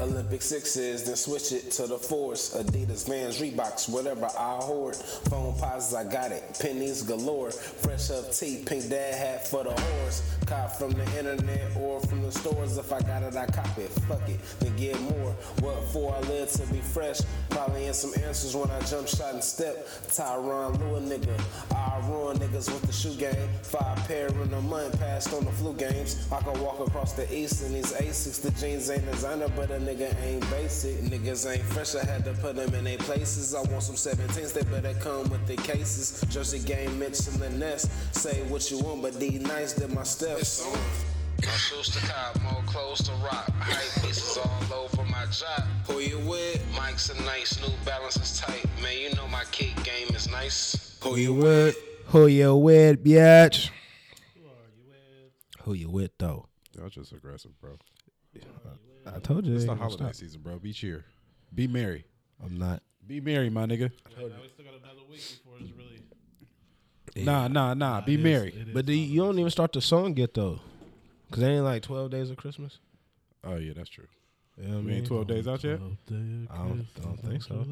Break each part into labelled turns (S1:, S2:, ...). S1: Olympic sixes, then switch it to the force. Adidas, Vans, Reeboks, whatever I hoard. Phone posits, I got it. Pennies galore. Fresh up tea, pink dad hat for the horse. Cop from the internet or from the stores. If I got it, I cop it. Fuck it, then get more. What for? I live to be fresh. Probably in some answers when I jump shot and step. Tyron Lua, nigga. I ruin niggas with the shoe game. Five pair in a month, passed on the flu games. I can walk across the east in these Asics. The jeans ain't designer, but a nigga ain't basic. Niggas ain't fresh, I had to put them in their places. I want some 17s, they better come with the cases. Jersey game, Mitch in the nest. Say what you want, but these nights did my steps.
S2: My shoes to cop, more clothes to rock. Hype pieces all over my job.
S1: Who you with?
S2: Mike's a nice, new balance is tight. Man, you know my kick game is nice.
S1: Who you with?
S3: Who you with, bitch? Who you with though?
S4: Y'all just aggressive, bro.
S3: I told you.
S4: It's
S3: it
S4: the
S3: ain't gonna
S4: holiday
S3: stop.
S4: season, bro. Be cheer. Be merry.
S3: I'm not.
S4: Be merry, my nigga.
S5: Now we still got another week before it's really.
S4: Nah, nah, nah. Be merry.
S3: But the, you don't even start the song yet though, cause it ain't like twelve days of Christmas.
S4: Oh yeah, that's true.
S3: You know what I
S4: We
S3: mean?
S4: ain't twelve days out yet.
S5: Uh-huh.
S3: I don't, I don't think so.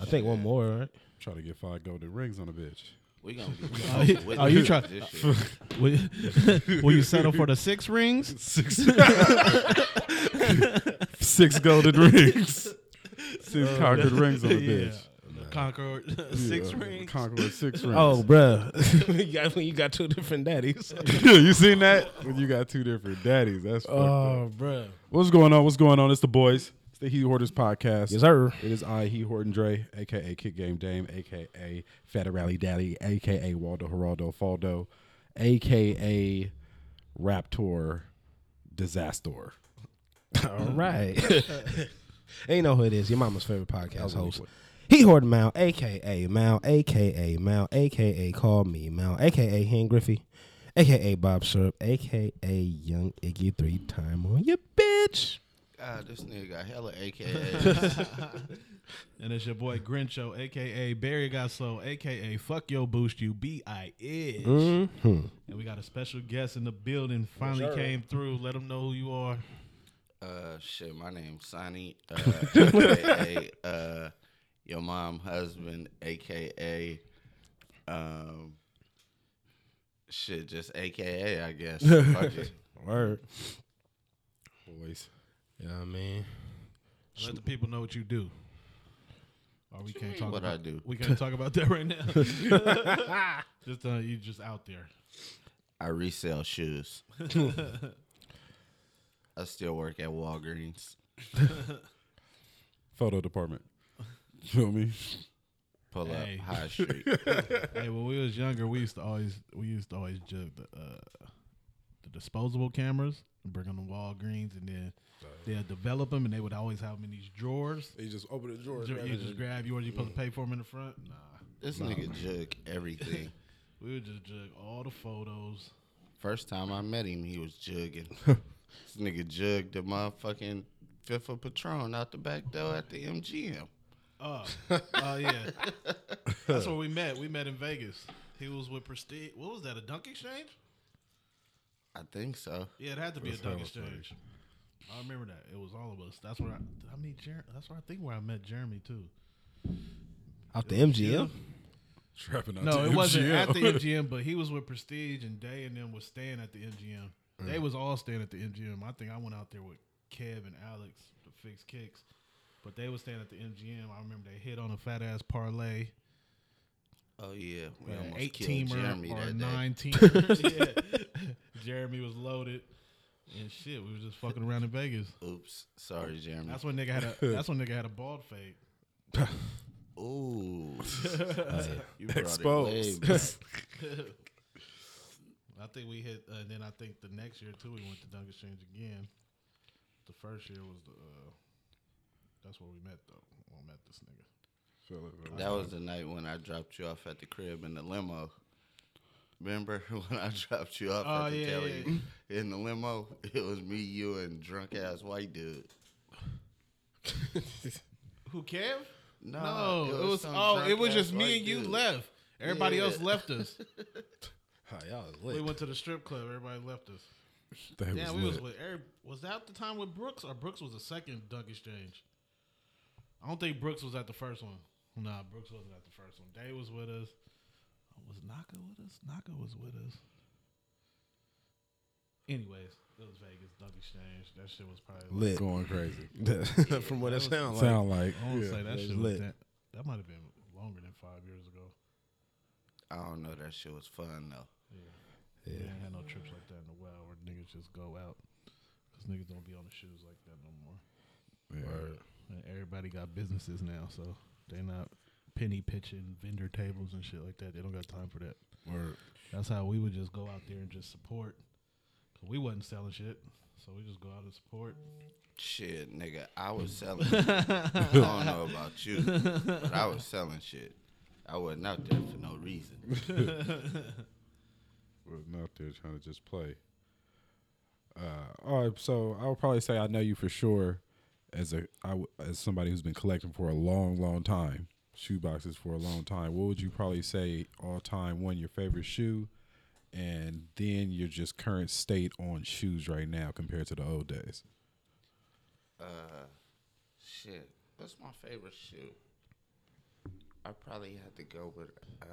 S3: I think one more, right?
S4: Try to get five golden rings on a bitch.
S6: We gonna be
S5: Oh, you try. Will, will you settle for the six rings?
S4: Six. Six golden rings. Six
S3: Uh,
S4: conquered rings on a bitch.
S5: The Concord six
S4: Yeah,
S5: rings.
S4: Conquered six rings.
S3: Oh, bruh. you, got, you got two different daddies.
S4: you seen that? When you got two different daddies. That's fucked up.
S5: Oh,
S3: bruh.
S4: What's going on? What's going on? It's the boys. It's the Heat Hoarders podcast.
S3: Yes, sir.
S4: It is I, He Horton Dre, aka Kick Game Dame, aka Federale Daddy, aka Waldo Geraldo Faldo, aka Raptor Disaster.
S3: All right. Ain't know who it is. Your mama's favorite podcast host. He Horde Mal, aka Mal, aka Mal, aka Call Me Mal, aka Hen Griffey, aka Bob Syrup, aka Young Iggy three time on your bitch.
S6: God, this nigga got hella AKA.
S5: And it's your boy Grincho, aka Barry Gosso, aka Fuck Yo Boost You, B I Itch. And we got a special guest in the building. Finally came through. Let them know who you are.
S6: uh, shit, my name's Sonny. Uh, AKA uh, your mom husband, AKA um, shit, just AKA, I guess. Fuck it.
S3: Word.
S4: Boys.
S3: You know what I mean?
S5: Let the people know what you do. Or we can't talk
S6: What
S5: about
S6: I do?
S5: We can't talk about that right now. just uh, you just out there.
S6: I resell shoes. I still work at Walgreens.
S4: Photo department. Feel me?
S6: Pull
S5: Hey.
S6: up High Street.
S5: hey, when we was younger, we used to always we used to always jug the uh, the disposable cameras and bring them to Walgreens, and then they'll develop them, and they would always have them in these drawers.
S4: You just open the drawer.
S5: You you just grab yours. You supposed to pay for them in the front. Nah,
S6: This nigga jug everything.
S5: we would just jug all the photos.
S6: First time I met him, he was jugging. this nigga jugged the motherfucking fifth of Patron out the back door at the MGM.
S5: Oh, oh yeah, that's where we met. We met in Vegas. He was with Prestige. What was that? A dunk exchange?
S6: I think so.
S5: Yeah, it had to be a
S4: hell
S5: dunk
S4: was
S5: exchange. I remember that. It was all of us. That's where I. Did I meet Jer- That's where I think where I met Jeremy too.
S3: Out the MGM.
S4: Trapping out
S5: No,
S4: to
S5: it wasn't
S4: MGM.
S5: at the MGM, but he was with Prestige and Day and them was staying at the MGM.
S6: Mm.
S5: They was all staying at the MGM. I think I went out there with Kev and Alex to fix kicks, but they was staying at the MGM. I remember they hit on a fat ass parlay,
S6: Oh yeah, we
S5: an
S6: almost
S5: eight
S6: killed
S5: teamer
S6: Jeremy
S5: or a
S6: that day.
S5: nine teamer. yeah. Jeremy was loaded, and shit, we was just fucking around in Vegas.
S6: Oops, sorry, Jeremy.
S5: That's when nigga had a. That's when nigga had a bald fade.
S6: Ooh, you brought
S4: Exposed.
S6: It way back.
S5: I think we hit, uh, and then I think the next year too, we went to Dunk Exchange again. The first year was the, uh, that's where we met though. When I met this nigga.
S6: that was the night when I dropped you off at the crib in the limo. Remember when I dropped you off
S5: Oh,
S6: at the
S5: yeah,
S6: deli
S5: yeah.
S6: in the limo? It was me, you, and drunk ass white dude.
S5: Who Kev?
S6: Nah,
S5: no, it was, oh, it was just me and you
S6: left.
S5: left. Everybody
S6: Yeah.
S5: else left us.
S3: Oh, y'all was
S5: we
S3: lit.
S5: went to the strip club. Everybody left us.
S4: That
S5: Yeah,
S4: was
S5: we was
S4: lit.
S5: with Eric. Was that the time with Brooks or Brooks was the second dunk exchange? I don't think Brooks was at the first one. Nah, Brooks wasn't at the first one. Day was with us. Was Naka with us? Naka was with us. Anyways, it was Vegas dunk exchange. That shit was probably.
S3: lit.
S5: Lit.
S4: going crazy.
S3: From what it sounds like.
S4: Sound like
S5: I want to
S4: yeah.
S5: say that
S3: was
S5: shit was
S3: lit.
S5: that. That might have been longer than five years ago.
S6: I don't know. That shit was fun though.
S5: Yeah, ain't had no trips like that in a while where niggas just go out because niggas don't be on the shoes like that no more. And everybody got businesses now, so they not penny pitching vendor tables and shit like that. They don't got time for that.
S4: Word.
S5: That's how we would just go out there and just support. 'Cause we wasn't selling shit, so we just go out and support.
S6: Shit, nigga, I was selling. I don't know about you, but I was selling shit. I wasn't out there for no reason.
S4: wasn't out there trying to just play. Uh, all right, so I would probably say I know you for sure as a I w- as somebody who's been collecting for a long, long time, shoe boxes for a long time. What would you probably say all time? One, your favorite shoe, and then your just current state on shoes right now compared to the old days.
S6: Shit, what's my favorite shoe? I probably had to go with. Uh,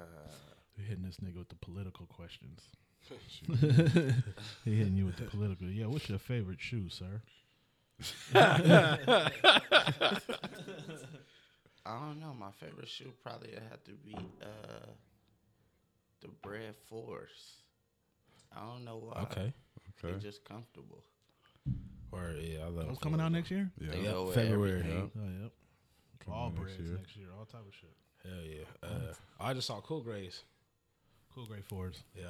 S5: They hitting this nigga with the political questions. they hitting you with the political. Yeah, what's your favorite shoe, sir?
S6: I don't know. My favorite shoe probably had to be uh, the Bread Force. I don't know why.
S3: Okay.
S6: They're
S4: Okay.
S6: just comfortable.
S3: Or, yeah, I love
S5: Those coming out next year?
S6: They
S4: Yeah.
S6: go with
S3: February.
S6: everything.
S5: Oh, yep. all
S4: next
S5: breads
S4: year.
S5: next year, all type of shit.
S3: Hell yeah. Uh, I just saw Cool Grays.
S5: Cool grade fours.
S3: Yeah.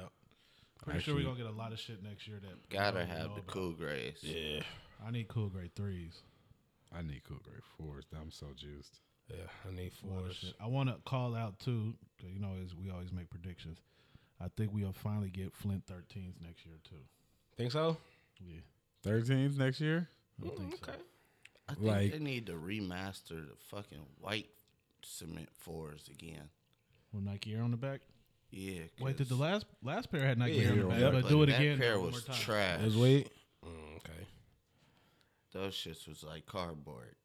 S5: Pretty sure
S4: Actually-
S5: we're gonna get a lot of shit next year that
S6: Gotta
S5: people don't
S6: have
S5: know
S6: the
S5: about.
S6: cool grades.
S3: Yeah.
S5: I need cool grade threes.
S4: I need cool grade fours. I'm so juiced.
S3: Yeah. I need
S5: A lot of
S3: fours.
S5: shit. I want to call out too. 'cause you know, as we always make predictions. I think we'll finally get Flint 13s next year too.
S3: Think so?
S5: Yeah,
S4: Thirteens next year.
S5: I
S6: Mm,
S5: think so.
S6: I think
S4: Like-
S6: they need to remaster the fucking white cement fours again.
S5: With Nike Air on the back.
S6: Yeah.
S5: Wait, did the
S6: 'cause
S5: last last pair had Nike Air on the back?
S6: that
S5: But
S6: pair-
S5: do it
S6: that
S5: again.
S6: pair
S5: one
S6: was
S5: more time.
S6: trash.
S3: This week? Mm, okay.
S6: Those shits was like cardboard.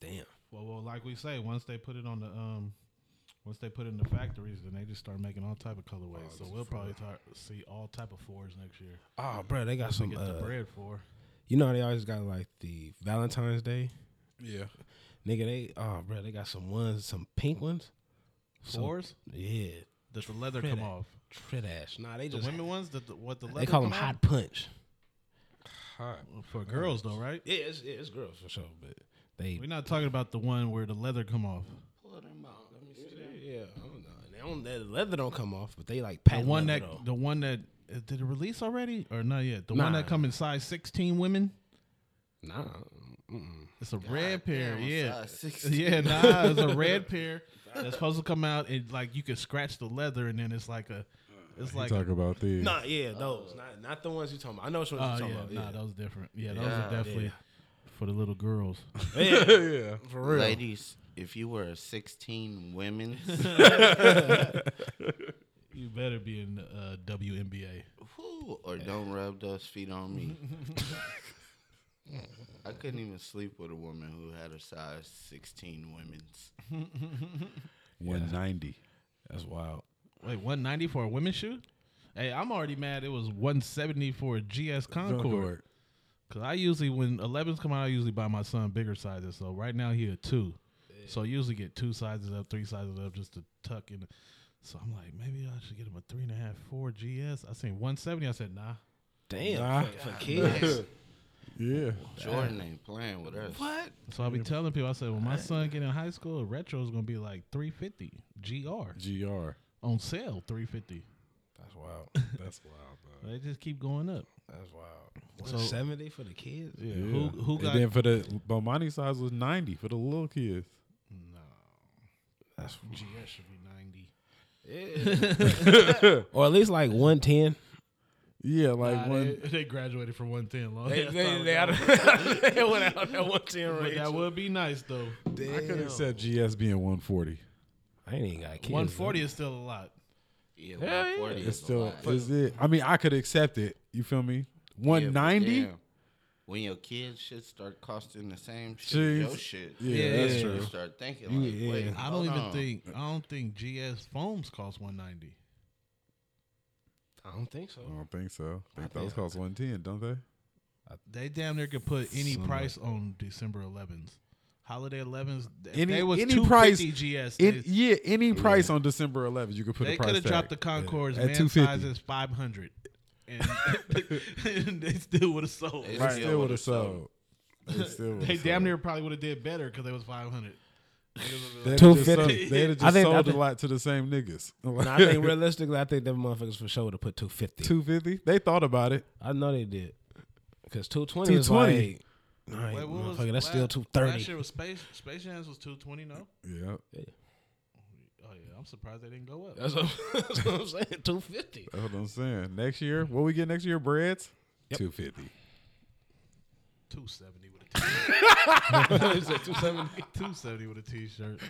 S3: Damn.
S5: Well, well, like we say, once they put it on the um, once they put it in the factories, then they just start making all type of colorways. so we'll probably tar- see all type of fours next year.
S3: Oh, bro, they got
S5: We
S3: some.
S5: get the
S3: Uh,
S5: bread for.
S3: you know, how they always got like the Valentine's Day.
S4: Yeah.
S3: Nigga, they oh bro, they got some ones, some pink ones. Some-
S5: Fours?
S3: yeah,
S5: Does the leather
S3: Tread
S5: come
S3: at-
S5: off?
S3: trit ash. Nah, they
S5: The
S3: just
S5: women ones, the, the, what the leather
S3: they call
S5: come
S3: them
S5: off?
S3: hot punch.
S5: for girls though, right?
S3: Yeah, it's, yeah, it's girls for sure, but they
S5: We're not talking about the one where the leather come off.
S6: Pull them out. Let me see.
S3: yeah, yeah, I don't know. They don't, the leather don't come off, but they like
S5: The
S3: patent
S5: one that
S3: leather though.
S5: the one that uh, did it release already or not yet? The one
S3: Nah.
S5: that come in size sixteen women.
S3: nah. Mm-mm.
S5: It's a red pair,
S6: damn,
S5: yeah,
S6: size 16.
S5: yeah. Nah, it's a red pair that's supposed to come out and like you can scratch the leather and then it's like
S3: Uh,
S5: a, it's like
S4: Talk about these.
S3: Nah, yeah, those not not the ones you talking about. I know which ones
S5: oh
S3: you
S5: yeah,
S3: talking
S5: nah,
S3: about.
S5: those different. Yeah, those are definitely for the little girls.
S3: Yeah, yeah. for real.
S6: Ladies, if you were a 16 women,
S5: You better be in uh, WNBA.
S6: whoo, or don't rub those feet on me. I couldn't even sleep with a woman who had a size 16 women's.
S4: One ninety.
S3: That's wild.
S5: Wait, one ninety for a women's shoe? Hey, I'm already mad. It was one seventy for a GS Concord. Cause I usually when 11s come out, I usually buy my son bigger sizes. So right now he a two, so I usually get two sizes up, three sizes up, just to tuck in. So I'm like, maybe I should get him a three and a half, four GS. I seen 170. I said, nah.
S3: Damn, for, for kids.
S4: Yeah.
S6: Jordan ain't playing with us. What?
S5: So I be telling people, I said, when my son get in high school, a retro is gonna be like 350 GR
S4: Gr.
S5: on sale, 350.
S3: That's wild.
S4: That's wild, bro.
S5: They just keep going up.
S3: That's wild. So, Seventy for the kids.
S5: Yeah.
S4: Yeah.
S5: Who who got?
S4: and then for the Bomani size was ninety for the little kids.
S3: That's
S5: GS should be 90.
S3: or at least like 110.
S4: Yeah, like
S5: Nah,
S4: one.
S5: they, they graduated from 110 long.
S7: They,
S5: ass
S7: they,
S5: time
S7: they,
S5: ago.
S7: out- they went out that one ten
S5: But
S7: range.
S5: that would be nice though.
S4: I could accept GS being 140.
S3: I ain't even got kids.
S5: 140 is still a lot.
S6: Yeah, 140
S4: It's
S6: is a
S4: still
S6: lot.
S4: is it. I mean, I could accept it. You feel me? 190.
S6: Yeah, but damn, When your kids shit start costing the same shit as your
S4: Jeez.
S6: shit,
S4: Yeah,
S6: you
S4: that's true.
S6: Start thinking like, wait,
S5: I don't
S6: hold
S5: even
S6: on.
S5: think I don't think GS foams cost 190.
S3: I don't think so.
S4: I don't think so. I think those cost 110, don't they?
S5: They damn near could put any price on December 11s. Holiday 11s. If
S4: Any-
S5: they was
S4: any
S5: 250
S4: price-
S5: GS.
S4: It,
S5: they
S4: yeah, any price on December 11th, you could put a
S5: they
S4: price
S5: could
S4: tag.
S5: have dropped the Concords
S4: At
S5: man
S4: 250.
S5: size is 500. And, and they still would have sold.
S6: They
S4: Right,
S6: still
S4: still would
S6: would've
S4: have sold. They still would've
S5: They damn
S4: sold.
S5: near probably would have did better because they was 500.
S4: They'd have just
S3: 250.
S4: sold- They'd have
S3: I
S4: just
S3: think- I
S4: sold a
S3: think-
S4: lot to the same niggas.
S3: Nah, I think realistically, I think them motherfuckers for sure would have put 250.
S4: 250. They thought about it.
S3: I know they did. Because 220, is
S4: 220.
S3: like. All right,
S5: Wait, what was
S3: motherfucker, that's
S5: la-
S3: still
S5: Last
S3: 230.
S5: year was Space Space Jams was 220, no?
S4: Yeah.
S5: Oh yeah, I'm surprised they didn't go up.
S3: That's what, that's what I'm saying. 250.
S4: That's what I'm saying. Next year, what we get next year? Breads? 250.
S5: 270 with a t-shirt.
S7: 270.
S5: 270 with a t-shirt.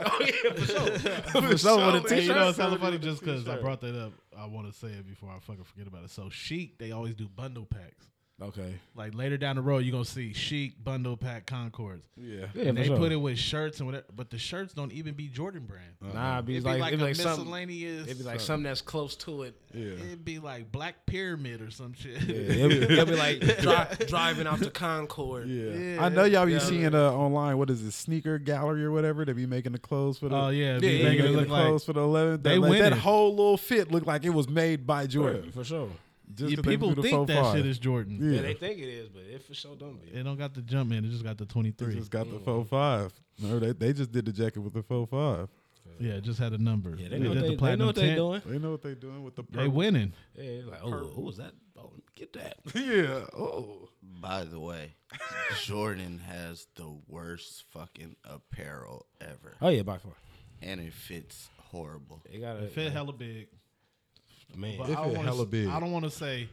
S7: Oh yeah, for sure.
S3: For sure, with a
S5: Hey, you know, it's
S3: t-shirt.
S5: hella funny just because I brought that up. I want to say it before I fucking forget about it. So Chic, they always do bundle packs.
S4: Okay.
S5: Like later down the road, you're gonna see Chic bundle pack Concords.
S4: Yeah.
S3: Yeah,
S5: And
S3: for
S5: they
S3: sure.
S5: put it with shirts and whatever, but the shirts don't even be Jordan brand.
S3: Nah, it'd be
S5: Uh-huh. It'd
S3: Uh, like,
S5: be like,
S3: it'd be
S5: a
S3: like something.
S5: miscellaneous.
S3: It'd be like something that's close to it.
S4: Yeah.
S5: It'd be like Black Pyramid or some shit.
S3: It'd be, it'd be like dri- driving out to Concord.
S4: Yeah.
S5: Yeah.
S4: I know y'all be seeing uh, online. What is it, sneaker gallery or whatever? They be making the clothes for the.
S5: Oh yeah, it'd be
S3: Yeah, yeah,
S4: they
S5: making
S4: making
S5: it
S4: the
S5: look like
S4: clothes for the 11th.
S5: they
S4: They like, that
S5: winning.
S4: whole little fit looked like it was made by Jordan.
S3: For sure.
S4: Just
S5: Yeah,
S4: 'cause they
S5: people
S4: threw the
S5: think that
S4: 4-5.
S5: shit is Jordan.
S4: Yeah.
S3: Yeah, they think it is, but it for sure don't be.
S5: It don't got the jump man. It just got the twenty
S4: They
S5: three.
S4: just got the four five. No, they they just did the jacket with the four five.
S5: yeah, it just had a number.
S3: Yeah, they know, what
S5: did
S3: they,
S5: the
S3: they know
S5: platinum
S3: what they
S5: tent.
S3: doing.
S4: They know what they doing with the
S5: They winning.
S3: Yeah, like, oh, who was that? Oh, let me get that.
S4: Yeah. Oh.
S6: By the way, Jordan has the worst fucking apparel ever,
S3: Oh yeah, by far.
S6: and it fits horrible.
S3: They got a
S5: Fit hella big.
S3: man.
S5: But
S4: It
S5: I,
S4: fit
S5: don't wanna,
S4: hella
S5: s-
S4: big.
S5: I don't want to say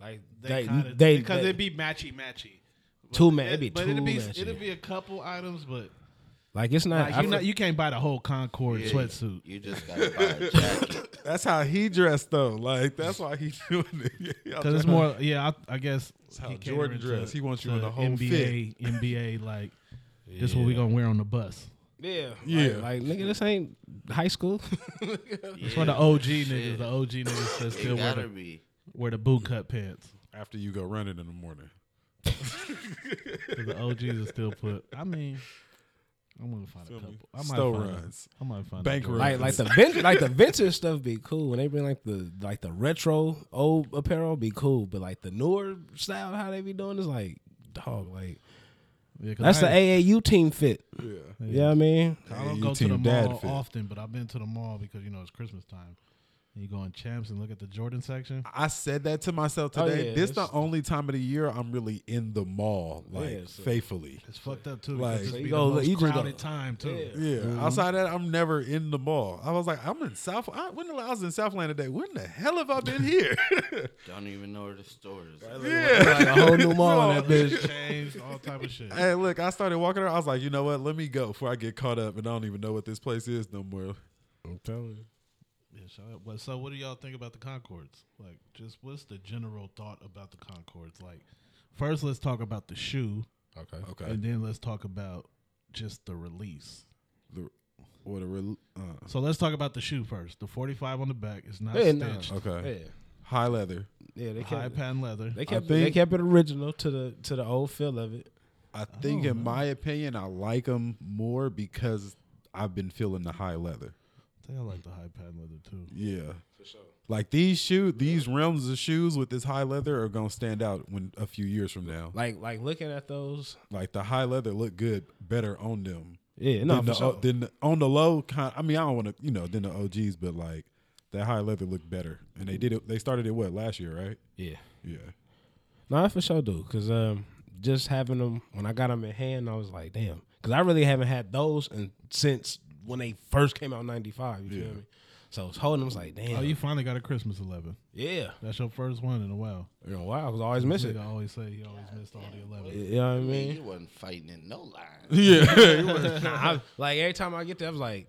S3: like
S5: they,
S3: they,
S5: kinda,
S3: they,
S5: because
S3: they-
S5: it'd be matchy matchy. But
S3: Too
S5: it-
S3: ma- it'd be
S5: but
S3: too
S5: it'd be
S3: matchy.
S5: it'd be a couple items, but
S3: like it's not.
S5: like,
S3: I
S5: you,
S3: feel-
S5: not, you can't buy the whole Concord sweatsuit.
S6: You just gotta buy a jacket.
S4: That's how he dressed though. Like that's why he doing it. Y'all
S5: Because it's
S4: tryna-
S5: more, yeah, I, I guess
S4: how
S5: he
S4: Jordan
S5: catering to-
S4: dress. He wants you in
S5: to
S4: the whole
S5: NBA, NBA like this what we gonna wear on the bus.
S3: yeah, yeah.
S4: Yeah.
S3: Like, like, nigga, this ain't high school.
S5: It's for the OG niggas. The OG niggas that
S6: It
S5: still wear
S6: gotta
S5: the,
S6: be.
S5: wear the boot cut pants.
S4: after you go running in the morning.
S5: 'Cause the OGs are still put. I mean, I'm gonna find a couple. I might
S4: Still
S5: find a-
S4: runs.
S5: I might find
S4: Bank
S5: a couple.
S4: run.
S3: like like the vintage, like the vintage stuff be cool when they bring like the like the retro old apparel be cool, but like the newer style how they be doing is like dog like
S5: Yeah, 'cause
S3: that's the
S5: I,
S3: AAU team fit.
S4: Yeah.
S3: Yeah, you know what I mean.
S5: I don't
S4: AAU
S5: go to the
S4: team dad
S5: mall
S4: fit.
S5: often, but I've been to the mall because you know it's Christmas time. And you go in champs and look at the Jordan section.
S4: I said that to myself
S3: Oh,
S4: today.
S3: yeah,
S4: this the
S3: that's-
S4: only time of the year I'm really in the mall, like
S3: Yeah, so-
S4: faithfully.
S5: It's fucked up too.
S4: Like-
S5: Because it's
S4: So
S3: you
S5: be
S3: go-
S5: the most
S3: you just go-
S5: crowded time too.
S4: Yeah.
S3: Mm-hmm.
S4: Outside that, I'm never in the mall. I was like, I'm in South. I, when the, I was in Southland today, when the hell have I been here?
S6: Don't even know where the store is.
S3: Like a whole new mall in that bitch.
S5: It's changed, all type of shit.
S4: Hey, look, I started walking around. I was like, you know what? Let me go before I get caught up and I don't even know what this place is no more.
S3: I'm telling you.
S5: Yeah, so, but so what do y'all think about the Concords? Like, just what's the general thought about the Concords? Like, first let's talk about the shoe,
S3: Okay.
S4: Okay.
S5: and then let's talk about just the release.
S4: The, or the rel uh,
S5: So let's talk about the shoe first. The 45 on the back is not
S3: Yeah, nah.
S5: stitched.
S4: okay.
S3: Yeah.
S4: High leather.
S3: Yeah, they
S5: High
S3: kept
S5: patent leather.
S3: they kept they
S4: think-
S3: kept it original to the to the old feel of it.
S4: I think, in my opinion, I like them more because I've been feeling the high leather.
S5: I think I like the high patent leather too.
S4: Yeah. For sure. Like these shoes, these realms of shoes with this high leather are gonna stand out when a few years from now.
S3: Like like looking at those.
S4: Like the high leather look good, better on them.
S3: Yeah, no,
S4: Then
S3: for
S4: the,
S3: sure.
S4: then the, on the low kind. I mean, I don't want to, you know, then the OGs, but like that high leather looked better, and they did it. They started it what last year, right?
S3: yeah.
S4: Yeah.
S3: No, I for sure do. Cause um, just having them when I got them in hand, I was like, damn. Cause I really haven't had those and since when they first came out in '95. You feel me? So I was holding. him, I was like, damn.
S5: Oh, you finally got a Christmas eleven.
S3: yeah.
S5: That's your first one in a while.
S3: You know, wow, I was always missing.
S5: Nigga always say he always missed all the eleven.
S3: You know what I
S6: Man,
S3: mean?
S6: you wasn't fighting in no line.
S3: Yeah. nah, I, like every time I get there, I was like,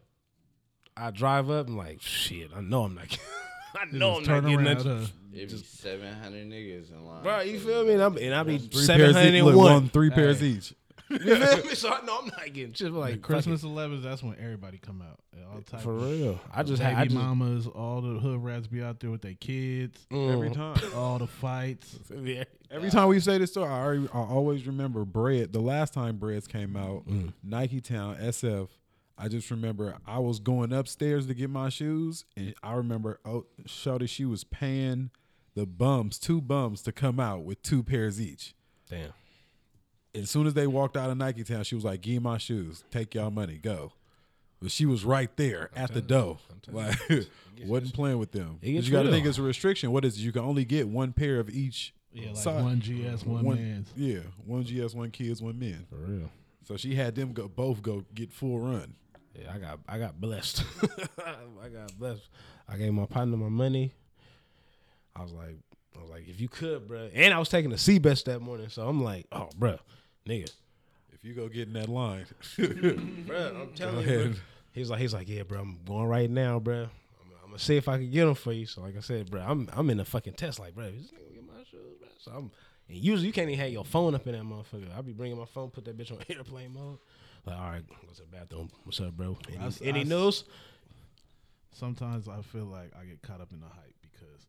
S3: I drive up and like, shit, I know I'm not. getting- I know I'm
S5: Just
S3: not
S5: turn
S3: getting
S5: around, uh,
S3: that.
S5: huh?
S6: It be seven hundred niggas in line.
S3: Bro, you feel me? And, I'm, and I be
S4: Three pairs each. look,
S3: 701.
S4: one, three pairs each.
S3: You feel me? So I know I'm not getting shit. but, Like
S5: Christmas elevens. That's when everybody come out. All
S3: fucking-
S5: types.
S3: for
S5: of
S3: real. I just
S5: baby
S3: had. I just,
S5: mamas, all the hood rats be out there with their kids,
S4: Every time.
S5: all the fights.
S3: yeah.
S4: Every time we say this story, I, already, I always remember Bread. The last time Breads came out,
S3: Mm.
S4: Nike Town, SF. I just remember I was going upstairs to get my shoes, and I remember oh, Shawty, she was paying the bums, two bums, to come out with two pairs each.
S3: Damn.
S4: as soon as they walked out of Nike Town, she was like, "Give me my shoes, take y'all money, go." But she was right there at the door, like wasn't playing with them.
S3: It gets
S4: 'Cause You got to
S3: real.
S4: think it's a restriction. What is it? you can only get one pair of each.
S5: Yeah, like
S4: side.
S5: one GS, one, man's.
S4: Yeah, one GS, one kids, one men.
S3: For real.
S4: So she had them go both go get full run.
S3: Yeah, I got I got blessed. I got blessed. I gave my partner my money. I was like, I was like, if you could, bruh. And I was taking a C best that morning, so I'm like, oh, bruh, nigga,
S4: If you go get in that line,
S3: bruh, I'm telling you. bruh. He's like, he's like, yeah, bruh, I'm going right now, bruh. I'm, I'm gonna see if I can get them for you. So like I said, bruh, I'm I'm in a fucking test, like, bruh, this nigga get my shoes, bruh. So I'm. And usually you can't even have your phone up in that motherfucker. I be bringing my phone, put that bitch on airplane mode. Like, all right, go to the bathroom. What's up, bro? Any,
S5: I s- I
S3: any
S5: s-
S3: news?
S5: Sometimes I feel like I get caught up in the hype because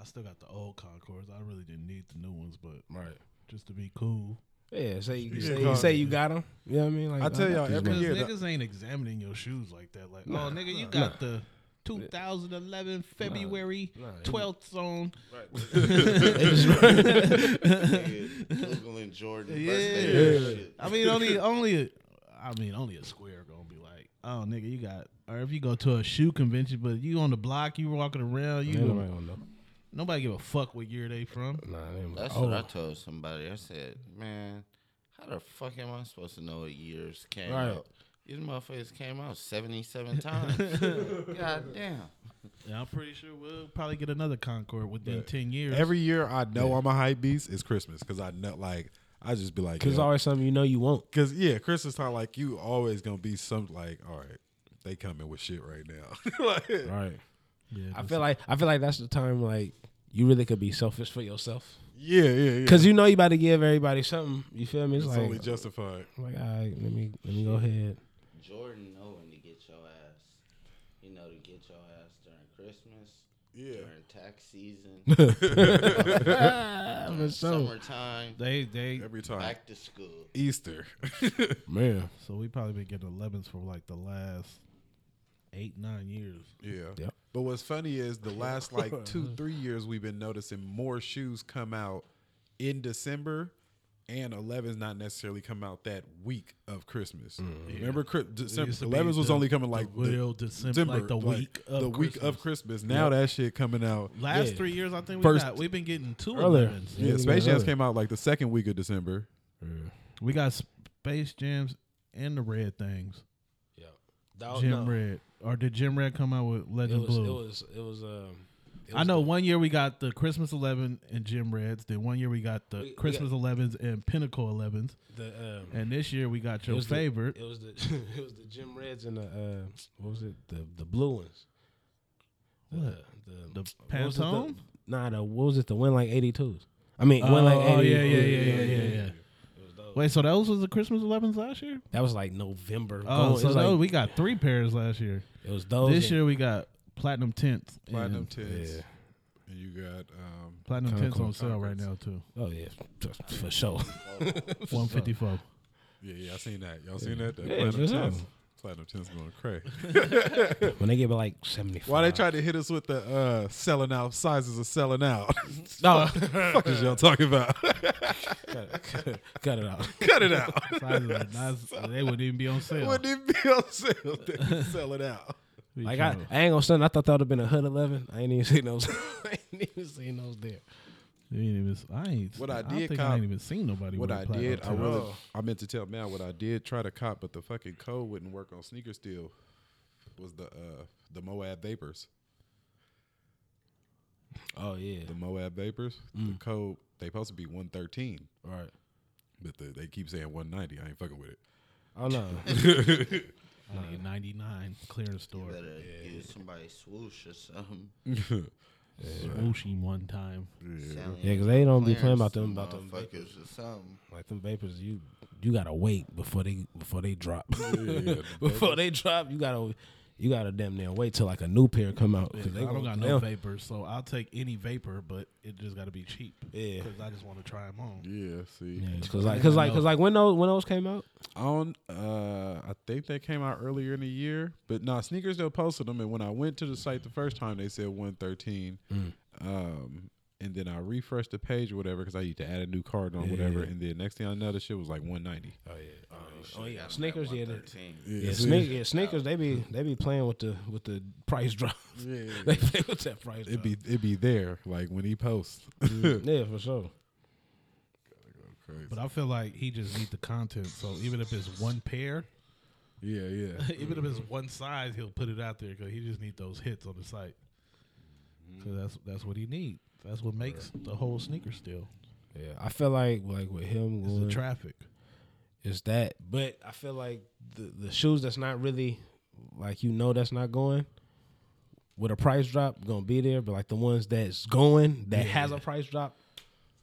S5: I still got the old Concords. I really didn't need the new ones, but
S3: Right.
S5: just to be cool.
S3: Yeah, say you say, you say you got them. You know what I mean? Like,
S4: I tell y'all
S3: got
S4: every
S3: these
S4: year. the-
S5: niggas ain't examining your shoes like that. Like, oh, nigga, you got the 2011 February 12th zone.
S6: Nigga, Googling Jordan birthday and shit.
S5: I mean, only only a, I mean, only a square gonna be like, oh, nigga, you got. Or if you go to a shoe convention, but you on the block, you walking around, you
S3: ones. Nobody gonna know.
S5: nobody give a fuck what year they from.
S3: Nah, they ain't-
S6: That's
S3: oh,
S6: what I told somebody. I said, man, how the fuck am I supposed to know what years came
S3: Right.
S6: out? These motherfuckers came out 77 times. God damn.
S5: Yeah, I'm pretty sure we'll probably get another Concord within ten years.
S4: every year I know I'm a hype beast. It's Christmas because I know like I just be like,
S3: Cause it's
S4: yo,
S3: always something you know you won't.
S4: Cause yeah, Christmas time, like you always gonna be some like, all right, they coming with shit right now. like,
S3: Right.
S5: Yeah,
S3: I feel like I feel like that's the time like you really could be selfish for yourself.
S4: yeah, yeah, yeah.
S3: Cause you know you about to give everybody something. You feel me? It's,
S4: it's
S3: like,
S4: only justified.
S3: I'm like, all right, let me let me go ahead.
S6: Jordan know when to get your ass. You know to get your ass during Christmas,
S4: Yeah,
S6: during tax season, during
S3: so
S6: summertime,
S5: they they
S4: every time
S6: back to school.
S4: Easter.
S3: man.
S5: so we probably been getting elevens for like the last eight nine years.
S4: Yeah.
S3: Yep.
S4: But what's funny is the last like two, three years we've been noticing more shoes come out in December, and 11s not necessarily come out that week of Christmas. Remember, Chri- December
S5: Mm-hmm. used to be
S4: 11s was
S5: the-
S4: only coming
S5: the
S4: like
S5: real December, like the week of
S4: the week of Christmas. Now that shit coming out.
S5: Last
S3: Yeah.
S5: three years, I think we
S4: First-
S5: got we've been getting two
S3: Earlier.
S5: elevens.
S4: Yeah,
S3: Yeah,
S4: Space
S3: yeah.
S4: Jams came out like the second week of December.
S5: We got Space Jams and the Red Things.
S3: Dog,
S5: Jim
S3: Oh, no.
S5: Red, or did Jim Red come out with
S3: It
S5: Legend
S3: was it
S5: Blue?
S3: was it was um. it
S5: I
S3: was-
S5: know one year we got the Christmas Eleven and Jim Reds. Then one year we got the
S3: We- we got-
S5: Christmas Elevens and Pinnacle Elevens.
S3: the um.
S5: And this year we got
S3: it
S5: your
S3: was the-
S5: favorite.
S3: it was the it was the Jim Reds and the uh what was it the the blue ones.
S5: What?
S3: the
S5: The
S3: What was it, the-
S5: Pantone?
S3: Nah, the what was it? The win like eighty twos. I mean, win like
S5: oh
S3: eighty.
S5: yeah, yeah, yeah, yeah, yeah, yeah. Wait, so those was the Christmas Elevens last year?
S3: That was like November.
S5: Oh,
S3: Going-
S5: so
S3: it, was like-
S5: those, we got three pairs last year.
S3: it was those.
S5: this
S3: and-
S5: year we got platinum tents. and
S4: Platinum tents.
S3: yeah.
S4: And you got um
S5: Platinum tents
S3: Pinnacle
S5: on sale right now too.
S3: Oh yeah, t- for sure.
S5: One fifty four.
S4: yeah, yeah, I seen that. Y'all seen that? That
S3: Yeah,
S4: platinum
S3: for sure.
S4: tents. Platinum tents going crazy.
S3: when they give it like seventy five.
S4: Why they tried to hit us with the uh selling out sizes of selling out?
S3: No,
S4: fuck is y'all talking about?
S3: cut it out.
S4: Cut it out.
S5: They wouldn't even be on sale.
S4: Wouldn't even be on sale. They could Sell it out.
S5: We
S3: Like I,
S5: tryna-
S3: I ain't gonna stun. I thought that would have been a hood eleven. I ain't even seen those. I ain't even seen those there.
S5: You ain't even, I ain't.
S4: What I
S5: don't
S4: did
S5: think
S4: cop-
S5: I ain't even seen nobody.
S4: What
S5: with
S4: I
S5: plaid
S4: did, I
S5: on
S4: really,
S5: top.
S4: I meant to tell man what I did try to cop, but the fucking code wouldn't work on sneaker steel. was the uh the Moab Vapors.
S3: Oh yeah.
S4: The Moab Vapors. The code they supposed to be one thirteen,
S3: All right.
S4: but the, they keep saying one ninety. I ain't fucking with it.
S3: Oh no.
S5: I need 99 clearance store.
S6: Better use somebody swoosh or something.
S5: Swooshing one time.
S6: Selling
S3: yeah, because they don't be playing
S6: clearance
S3: about
S6: to
S3: them about them vapors.
S6: motherfuckers or something.
S3: Like them vapors, you you gotta wait before they before they drop.
S4: Yeah,
S3: before they drop, you gotta you gotta damn near wait till like a new pair come out. Cause they
S5: I don't
S3: gonna-
S5: got no
S3: they-
S5: vapors, so I'll take any vapor, but it just got to be cheap.
S3: Yeah.
S5: because I just want to try them on.
S4: yeah. See,
S3: Cause like, cause like, cause like, when those when those came out,
S4: on uh I think they came out earlier in the year, but no, sneakers they posted them and when I went to the site the first time they said 113.
S3: Mm.
S4: Um and then I refreshed the page or whatever because I used to add a new card on whatever. And then next thing I know, the shit was like 190.
S3: oh yeah, sneakers, yeah, they-
S6: Thirteen.
S3: yeah, sneak, yeah, sneakers, they be they be playing with the with the price drop. they play with that price.
S4: It'd
S3: Drop.
S4: be it'd be there like when he posts.
S3: yeah, for sure.
S5: But I feel like he just needs the content. So even if it's one pair,
S4: yeah, yeah.
S5: even if it's
S4: Mm-hmm.
S5: one size, he'll put it out there because he just needs those hits on the site.
S4: Mm-hmm.
S5: Cause that's that's what he needs. That's what makes the whole sneaker still.
S3: Yeah, I feel like like with him
S5: It's the
S3: going,
S5: traffic.
S3: it's that. But I feel like the the shoes that's not really like you know that's not going with a price drop gonna be there. But like the ones that's going that has a price drop,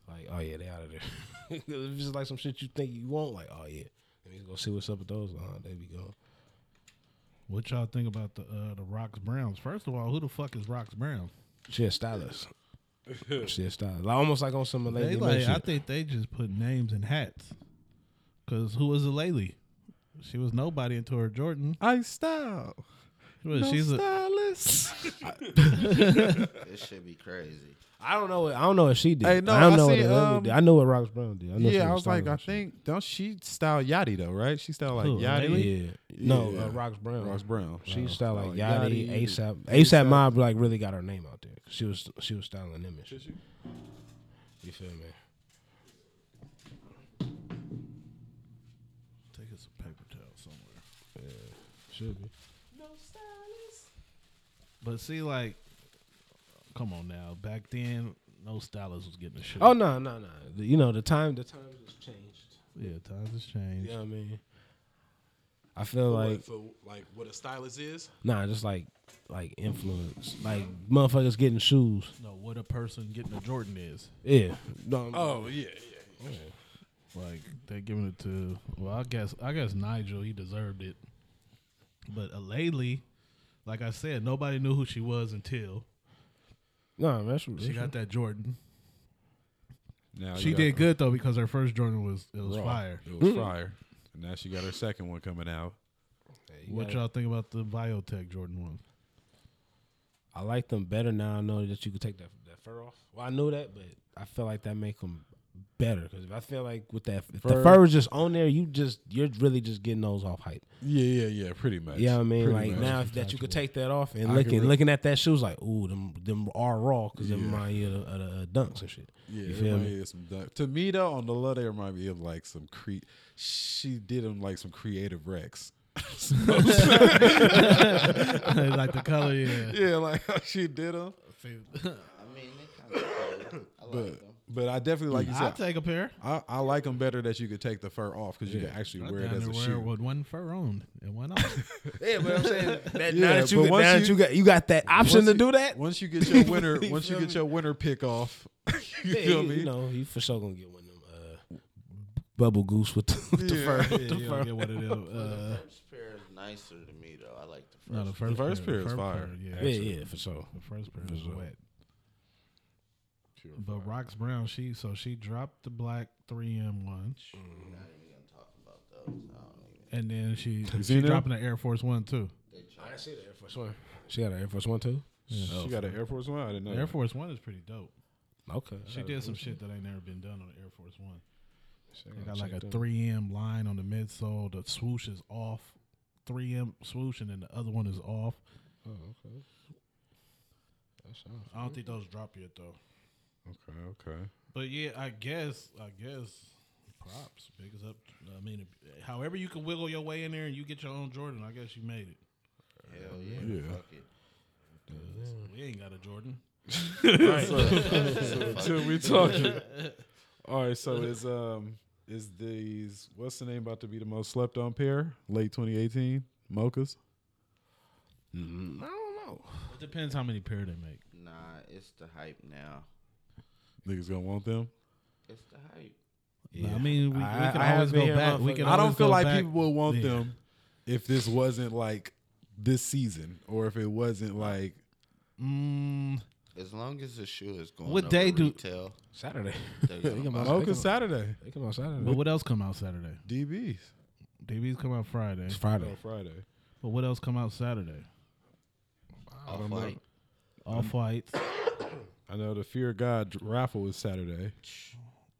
S3: like oh yeah, they out of there. 'Cause if it's like some shit you think you want, like oh yeah, let me go see what's up with those. Uh, they be gone.
S5: What y'all think about the uh, the Rocks Browns? First of all, who the fuck is Rocks Brown?
S3: She a stylist. she a stylist. Like, almost like on some
S5: They
S3: lady.
S5: like,
S3: shit.
S5: I think they just put names in hats. Cause who was the lady? She was nobody until her Jordan.
S4: I style.
S5: Well, she's a
S4: Stylist.
S6: This should be crazy.
S3: I don't know. I don't know if she did.
S4: Hey, no,
S3: I don't
S4: I
S3: know what
S4: seen,
S3: the other
S4: um,
S3: did. I know what Rox Brown did. I know she
S4: yeah, I was like, I
S3: stylist. Oh,
S4: think don't she style Yachty though, right? She style like
S5: Who,
S4: Yachty.
S5: Miley?
S3: Yeah. No,
S4: Yeah.
S3: uh, Rox Brown.
S4: Ross Brown.
S3: She
S4: Wow.
S3: styled like
S4: Style like
S3: Yachty,
S4: Oh, Yachty.
S3: ASAP. ASAP Mob like really got her name out there. 'cause She was she was styling them and shit. You feel me?
S5: take us a paper towel somewhere.
S3: Should be.
S5: But see, like, come on now. Back then, no stylist was getting the shit.
S3: Oh no no no! The- You know the time the times has changed.
S5: yeah, times has changed.
S3: You know what I mean? I feel like
S4: for like what a stylist is.
S3: nah, just like like influence, like motherfuckers getting shoes.
S5: No, what a person getting a Jordan is.
S3: Yeah. No, I'm-
S4: Oh yeah, yeah.
S5: Like they're giving it to. Well, I guess I guess Nigel he deserved it. But Alayli, like I said, nobody knew who she was until
S3: nah, that's
S5: she got that Jordan.
S4: Now
S5: She
S4: Oh, you
S5: did
S4: got-
S5: good though because her first Jordan was it was
S4: Raw.
S5: fire.
S4: It
S3: Mm.
S4: was fire. And now she got her second one coming out.
S5: What y'all think about the Biotech Jordan one?
S3: I like them better now. I know that you can take that that fur off. Well, I knew that, but I feel like that make them better because if I feel like with that, if the
S4: Fur.
S3: fur is just on there, you just you're really just getting those off hype.
S4: Yeah, yeah, yeah. Pretty much.
S3: Yeah, you know what I mean,
S4: Pretty
S3: like
S4: much.
S3: now if that you could take that off and
S4: I
S3: looking
S4: can re-
S3: looking at that shoes like, ooh, them them are raw because they remind you of the, of the uh, dunks and shit.
S4: Yeah,
S3: you
S4: it
S3: feel
S4: remind
S3: me?
S4: me of some duck. To me though, on the low, they remind me of like some cre. She did them like some creative Rex.
S5: like the color, yeah.
S4: yeah, like how she did them.
S6: I mean, they kind of cool. I like
S4: But
S6: them.
S4: but I definitely like you
S5: I'll
S4: said.
S5: take a pair.
S4: I, I like them better that you could take the fur off because you can actually wear it
S5: down
S4: as
S5: to
S4: a
S5: wear
S4: shoe.
S5: With one fur on and one off.
S3: Yeah, but I'm saying that,
S4: Yeah,
S3: now that you
S4: but
S3: got-
S4: once
S3: now that
S4: you-
S3: you got you got that option
S4: Once
S3: to
S4: you-
S3: do that.
S4: Once you get your winter, once you get your winter pick off,
S3: Yeah,
S4: you feel
S3: you,
S4: me?
S3: you know, you for sure gonna get one of them uh, bubble goose with the, with the fur. with the
S5: you
S3: fur.
S5: don't get one of them. Uh,
S6: First pair is nicer to me though. I like the first.
S5: no, the first,
S4: first pair is
S5: the
S4: fire.
S5: yeah,
S3: Yeah, yeah, for sure.
S5: The first pair is wet. But Rox Brown, she so she dropped the black 3M one, and then she she
S4: seen them?
S5: dropping the Air Force One too.
S3: I see the Air Force One. She got an Air Force One too.
S4: She got an Air Force One. I didn't know.
S5: The Air
S4: that.
S5: Force One is pretty dope.
S3: Okay.
S5: She did some shit that ain't never been done on the Air Force One. They got like a 3M line on the midsole. The swoosh is off. 3M swoosh, and then the other one is off. Oh, okay. I don't think those drop yet though.
S4: Okay, okay.
S5: But yeah, I guess I guess props. Big is up. I mean, however you can wiggle your way in there and you get your own Jordan, I guess you made it.
S6: Hell yeah.
S4: Yeah.
S6: Fuck it.
S5: We ain't got a Jordan.
S4: Till we talking. All right, so is um is these what's the name about to be the most slept on pair late 2018 mochas?
S5: It depends how many pair they make.
S6: Nah, it's the hype now.
S4: Niggas gonna want them.
S6: It's the hype.
S5: I mean, we,
S3: I-
S5: we can
S3: I have
S5: always
S3: been
S5: go
S3: hearing
S5: back. We
S3: motherfuckers-
S5: can
S4: I don't
S5: always
S4: feel
S5: go
S4: like
S5: back.
S4: people would want
S5: Yeah.
S4: them if this wasn't like this season or if it wasn't like
S5: Mm,
S6: As long as the shoe is going
S5: What
S6: over
S5: day do-
S6: retail,
S3: Saturday.
S6: they're gonna buy it.
S4: Mocha Saturday.
S3: They come out Saturday.
S5: but what else come out Saturday?
S4: DBs.
S5: DBs come out Friday.
S3: It's
S4: Oh,
S3: Friday.
S4: Friday.
S5: But what else come out Saturday?
S6: off white.
S4: Mm.
S5: All fights.
S4: I know the Fear of God raffle is Saturday.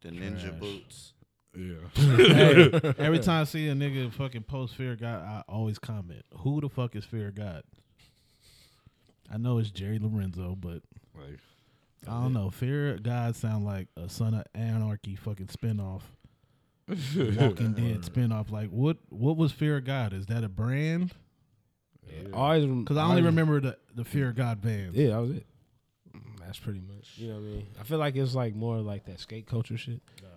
S6: The ninja
S5: Trash.
S6: boots.
S4: Yeah.
S5: Every time I see a nigga fucking post fear of God, I always comment, "Who the fuck is fear of God?" I know it's Jerry Lorenzo, but
S4: like
S5: I don't know. Fear of God sound like a Son of Anarchy fucking spinoff. Walking Dead spinoff. Like what? What was Fear of God? Is that a brand?
S3: Always
S5: Because I only remember the the Fear of God band.
S3: Yeah, that was it. Mm, That's pretty much. You know what I mean? I feel like it's like more like that skate culture shit.
S6: Now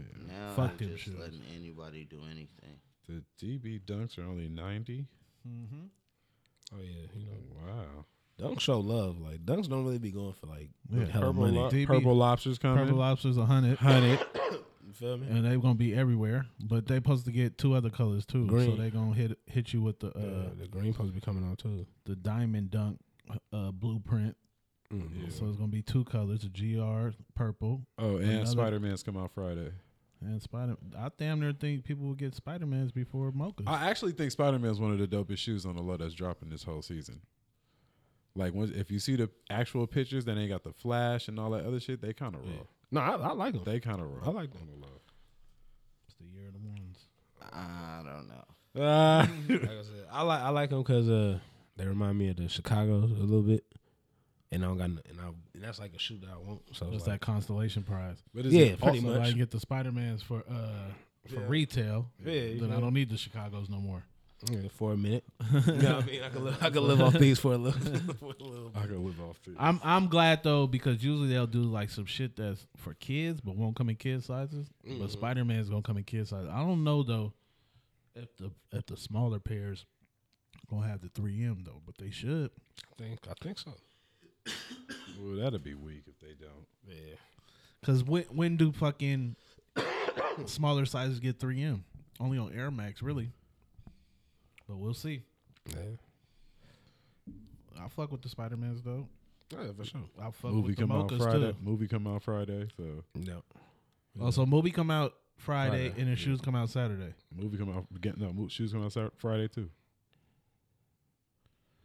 S5: Mm-hmm. Fuck
S6: I'm
S5: them
S6: just
S5: shoes.
S6: letting anybody do anything.
S4: the DB dunks are only 90.
S3: Oh yeah, you know.
S4: Wow.
S3: Dunks show love. Like dunks don't really be going for like
S5: Yeah.
S3: hella
S5: Purple
S3: money.
S5: lo- DB.
S4: Purple lobsters coming.
S5: Purple Lobster's a hundred, hundred,
S3: You feel me?
S5: and they're gonna be everywhere. But they supposed to get two other colors too, so
S3: Green.
S5: they gonna hit hit you with the uh,
S3: Uh, the green supposed to be coming on too.
S5: the diamond dunk uh, blueprint. So it's gonna be two colors: a gr purple
S4: Oh, and
S5: Another-
S4: Spider Man's come out Friday.
S5: and Spider. I damn near think people will get Spider Mans before mochas.
S4: I actually think Spider Man's one of the dopest shoes on the low that's dropping this whole season. Like, once, if you see the actual pictures, then they got the flash and all that other shit. They kind of raw.
S3: No, I, I like them.
S4: They kind of raw.
S3: I like them.
S5: it's the year of the ones.
S6: I don't know.
S4: Ah.
S3: like I said, I like I like them because uh, they remind me of the Chicago a little bit, and I don't got no- and I and that's like a shoe that I want. So it's
S5: It's
S3: like,
S5: that constellation prize.
S4: But is
S3: yeah,
S4: it
S3: pretty
S5: so
S3: much.
S5: I can get the Spider Mans for uh for retail.
S3: Yeah, you
S5: then I
S3: can.
S5: don't need the Chicago's no more.
S3: Yeah, for a minute. you know what I mean? I could live, I could live off these for a little. for a little
S4: I could live off this.
S5: I'm I'm glad though because usually they'll do like some shit that's for kids but won't come in kid sizes.
S3: Mm-hmm.
S5: But Spider Man's gonna come in kid sizes. I don't know though if the if the smaller pairs gonna have the three M though, but they should.
S3: I think I think so.
S4: Well, that'd be weak if they don't.
S3: Yeah.
S5: Cause when when do fucking smaller sizes get three M? Only on Air Max really. But we'll see.
S3: Yeah.
S5: I fuck with the Spider Mans though.
S3: Yeah, for sure.
S5: I fuck
S4: Movie
S5: with the
S4: come out
S5: mochas
S4: Friday.
S5: too.
S4: Movie come out Friday. So
S3: No.
S5: Oh, so movie come out Friday,
S4: Friday,
S5: and the shoes come out Saturday.
S4: movie come out. Get, no, mo- shoes come out Sat- Friday too.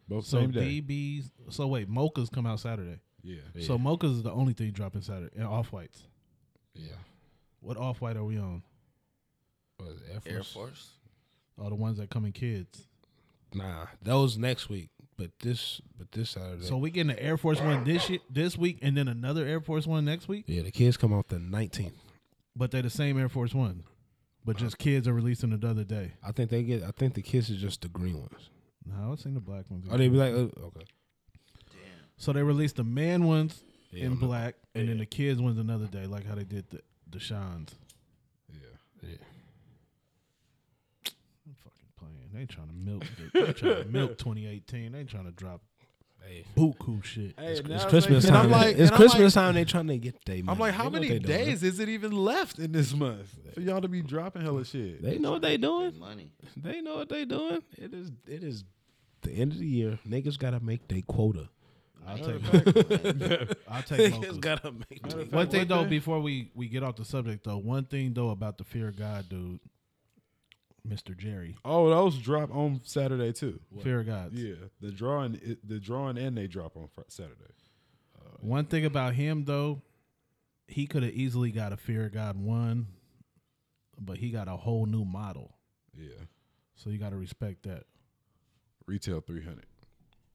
S4: Both
S5: So
S4: same day.
S5: DBs. So wait, mochas come out Saturday.
S4: yeah.
S5: So mochas is the only thing dropping Saturday and off whites.
S3: Yeah.
S5: What off white are we on?
S3: What is it, Air Force?
S6: Air Force.
S5: Oh, the ones that come in kids.
S3: Nah, those next week, but this but this Saturday.
S5: So we getting the Air Force one this year, this week, and then another Air Force one next week.
S3: yeah, the kids come out the 19th.
S5: But they're the same Air Force one, but just kids are releasing another day.
S3: I think they get. I think the kids is just the green ones.
S5: No, I've seen the black ones.
S3: Oh, they be like, uh, okay,
S5: So they released the man ones
S3: Yeah,
S5: in
S3: I'm not-
S5: black, and then the kids ones another day, like how they did the the Shans.
S3: yeah.
S5: I'm fucking playing. They trying to milk. The, they trying to milk 2018. They trying to drop
S3: Hey.
S5: buku shit.
S3: It's,
S4: now
S3: it's
S4: it's
S3: Christmas
S4: like- and I'm
S3: time.
S4: like-
S3: it's
S4: and I'm like-
S3: Christmas time. They trying to get they.
S4: I'm like,
S3: money.
S4: how
S3: They know
S4: many
S3: what they doing.
S4: days is it even left in this month for y'all to be dropping hella shit?
S3: They know what they doing.
S6: Money.
S3: They know what they doing. It is. It is the end of the year. Niggas gotta make their quota.
S5: I'll take. I'll take
S3: Niggas
S5: mocha.
S3: gotta make. Their
S5: One thing though, before we we get off the subject though, one thing though about the fear of God dude, Mister Jerry,
S4: Oh, those drop on Saturday too.
S5: fear of God.
S4: Yeah, the drawing, it- the drawing, and they drop on Fri- Saturday.
S5: One thing about him though, he could have easily got a fear of God one, but he got a whole new model.
S4: Yeah,
S5: So you got to respect that.
S4: retail three hundred.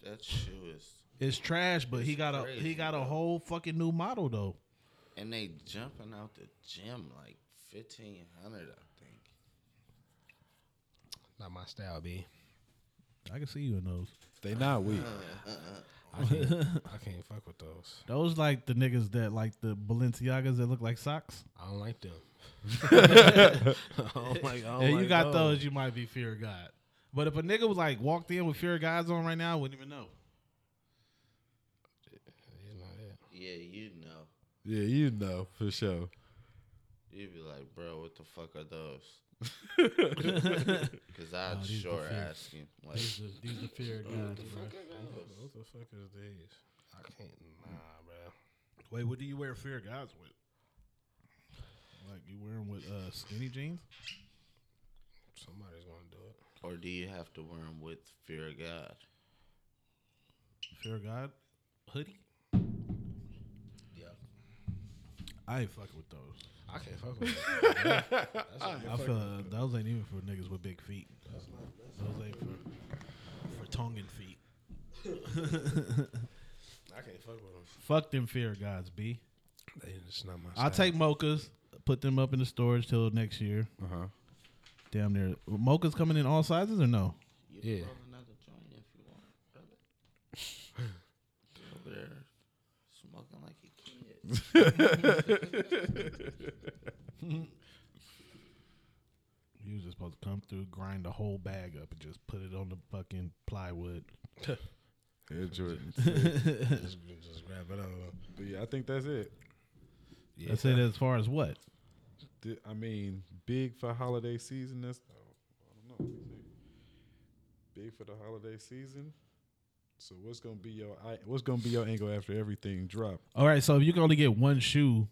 S6: That shoe is.
S5: It's trash, but he
S6: It's
S5: got a he
S6: crazy,
S5: got a
S6: bro.
S5: whole fucking new model though.
S6: And they jumping out the gym like fifteen hundred. I think.
S3: Not my style, b.
S5: I can see you in those.
S4: They not weak.
S3: Uh-huh. I can't fuck with those.
S5: Those like the niggas that like the Balenciagas that look like socks.
S3: I don't like them. I don't like, I don't
S5: Yeah, you
S3: like
S5: got those, you might be fear of God. But if a nigga was like walked in with fear of God's on right now, I wouldn't even know.
S3: It's not it.
S6: Yeah, you know.
S4: Yeah, you know for sure.
S6: You'd be like, bro, what the fuck are those? Because I'd sure ask him. Like,
S5: These are fear of
S3: What
S5: God,
S3: the fuck is these? I can't. Nah, bro.
S5: Wait, what do you wear fear of God's with? Like you wearing with uh, skinny jeans?
S3: Somebody's gonna do it.
S6: or do you have to wear them with fear of God?
S5: Fear of God hoodie?
S3: Yeah.
S5: I ain't fucking with those.
S3: I can't fuck with it.
S5: I feel uh, those ain't even for niggas with big feet. Those ain't for for tongue and feet.
S3: I can't fuck with them.
S5: Fuck them fear of God's B.
S3: They, it's not my.
S5: I'll
S3: style.
S5: take mochas, put them up in the storage till next year.
S4: Uh huh.
S5: Damn near mochas coming in all sizes or no?
S3: Yeah.
S6: Another joint if you want, brother. Over there, smoking like a kid.
S5: You was just supposed to come through, grind the whole bag up, and just put it on the fucking plywood.
S4: Yeah, Jordan.
S3: Just, just grab it up.
S4: But yeah, I think that's it.
S5: I said as far as what?
S4: Di- I mean, big for holiday season. That's I don't know. Let me think. Big for the holiday season. So what's gonna be your I- what's gonna be your angle after everything drop?
S5: All right, so if you could only get one shoe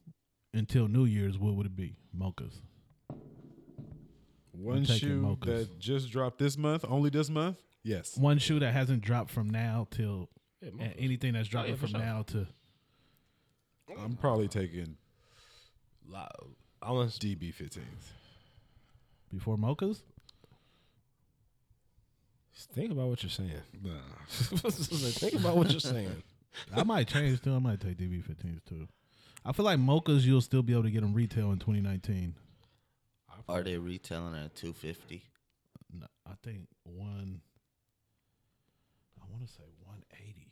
S5: until New Year's, what would it be? Mochas.
S4: One
S5: taking
S4: shoe
S5: Mochas.
S4: that just dropped this month, only this month. Yes.
S5: One shoe that hasn't dropped from now till
S3: Yeah, Oh,
S5: uh, anything that's dropping
S3: yeah, for sure.
S5: from now to
S4: I'm probably taking
S3: Loud. I want
S4: DB 15s.
S5: before mochas.
S3: think about what you're saying.
S4: Nah.
S3: think about what you're saying.
S5: I might change too. I might take DB15s too. I feel like mochas you'll still be able to get them retail in 2019.
S6: Are they retailing at two fifty?
S5: No, I think one. I want to say 180.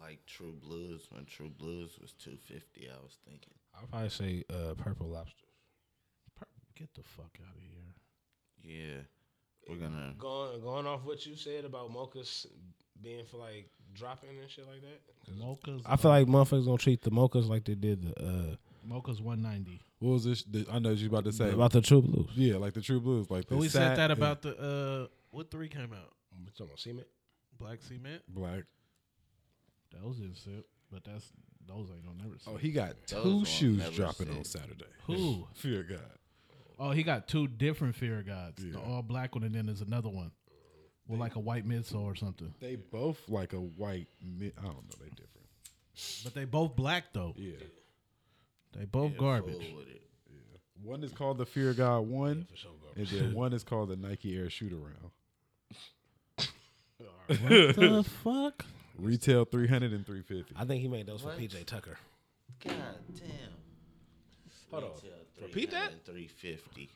S6: Like True Blues when True Blues was two fifty, I was thinking.
S3: I'll probably say uh, purple lobster.
S5: Pur- Get the fuck out of here.
S6: Yeah, we're gonna.
S3: Going going off what you said about mochas being for like dropping and shit like that.
S5: Mochas.
S3: I feel like motherfuckers gonna treat the mochas like they did the uh,
S5: mochas 190.
S4: What was this? The, I know what you about to say.
S3: about the true blues.
S4: yeah, like the True Blues, like
S5: But
S4: the
S5: we said
S4: sat
S5: that
S4: and
S5: about the uh, what three came out?
S3: You talking about cement?
S5: Black cement.
S4: Black.
S5: Those didn't sip, but that's those ain't gonna never sip.
S4: Oh, he got
S6: will
S4: two shoes
S6: never
S4: dropping on
S6: sit.
S4: Saturday.
S5: Who?
S4: Fear of God.
S5: Oh, he got two different fear gods. The
S4: Yeah.
S5: all black one, and then there's another one with like a white midsole or something.
S4: They both like a white. Mi- I don't know. They different.
S5: But they both black though.
S4: Yeah.
S5: They both garbage.
S6: Fool with it.
S4: One is called the Fear of God One, and then one is called the Nike Air Shoot Around.
S5: What the fuck?
S4: Retail 300 and 350.
S3: I think he made those for PJ Tucker.
S6: God damn. Hold on.
S3: Repeat that?
S6: Three fifty.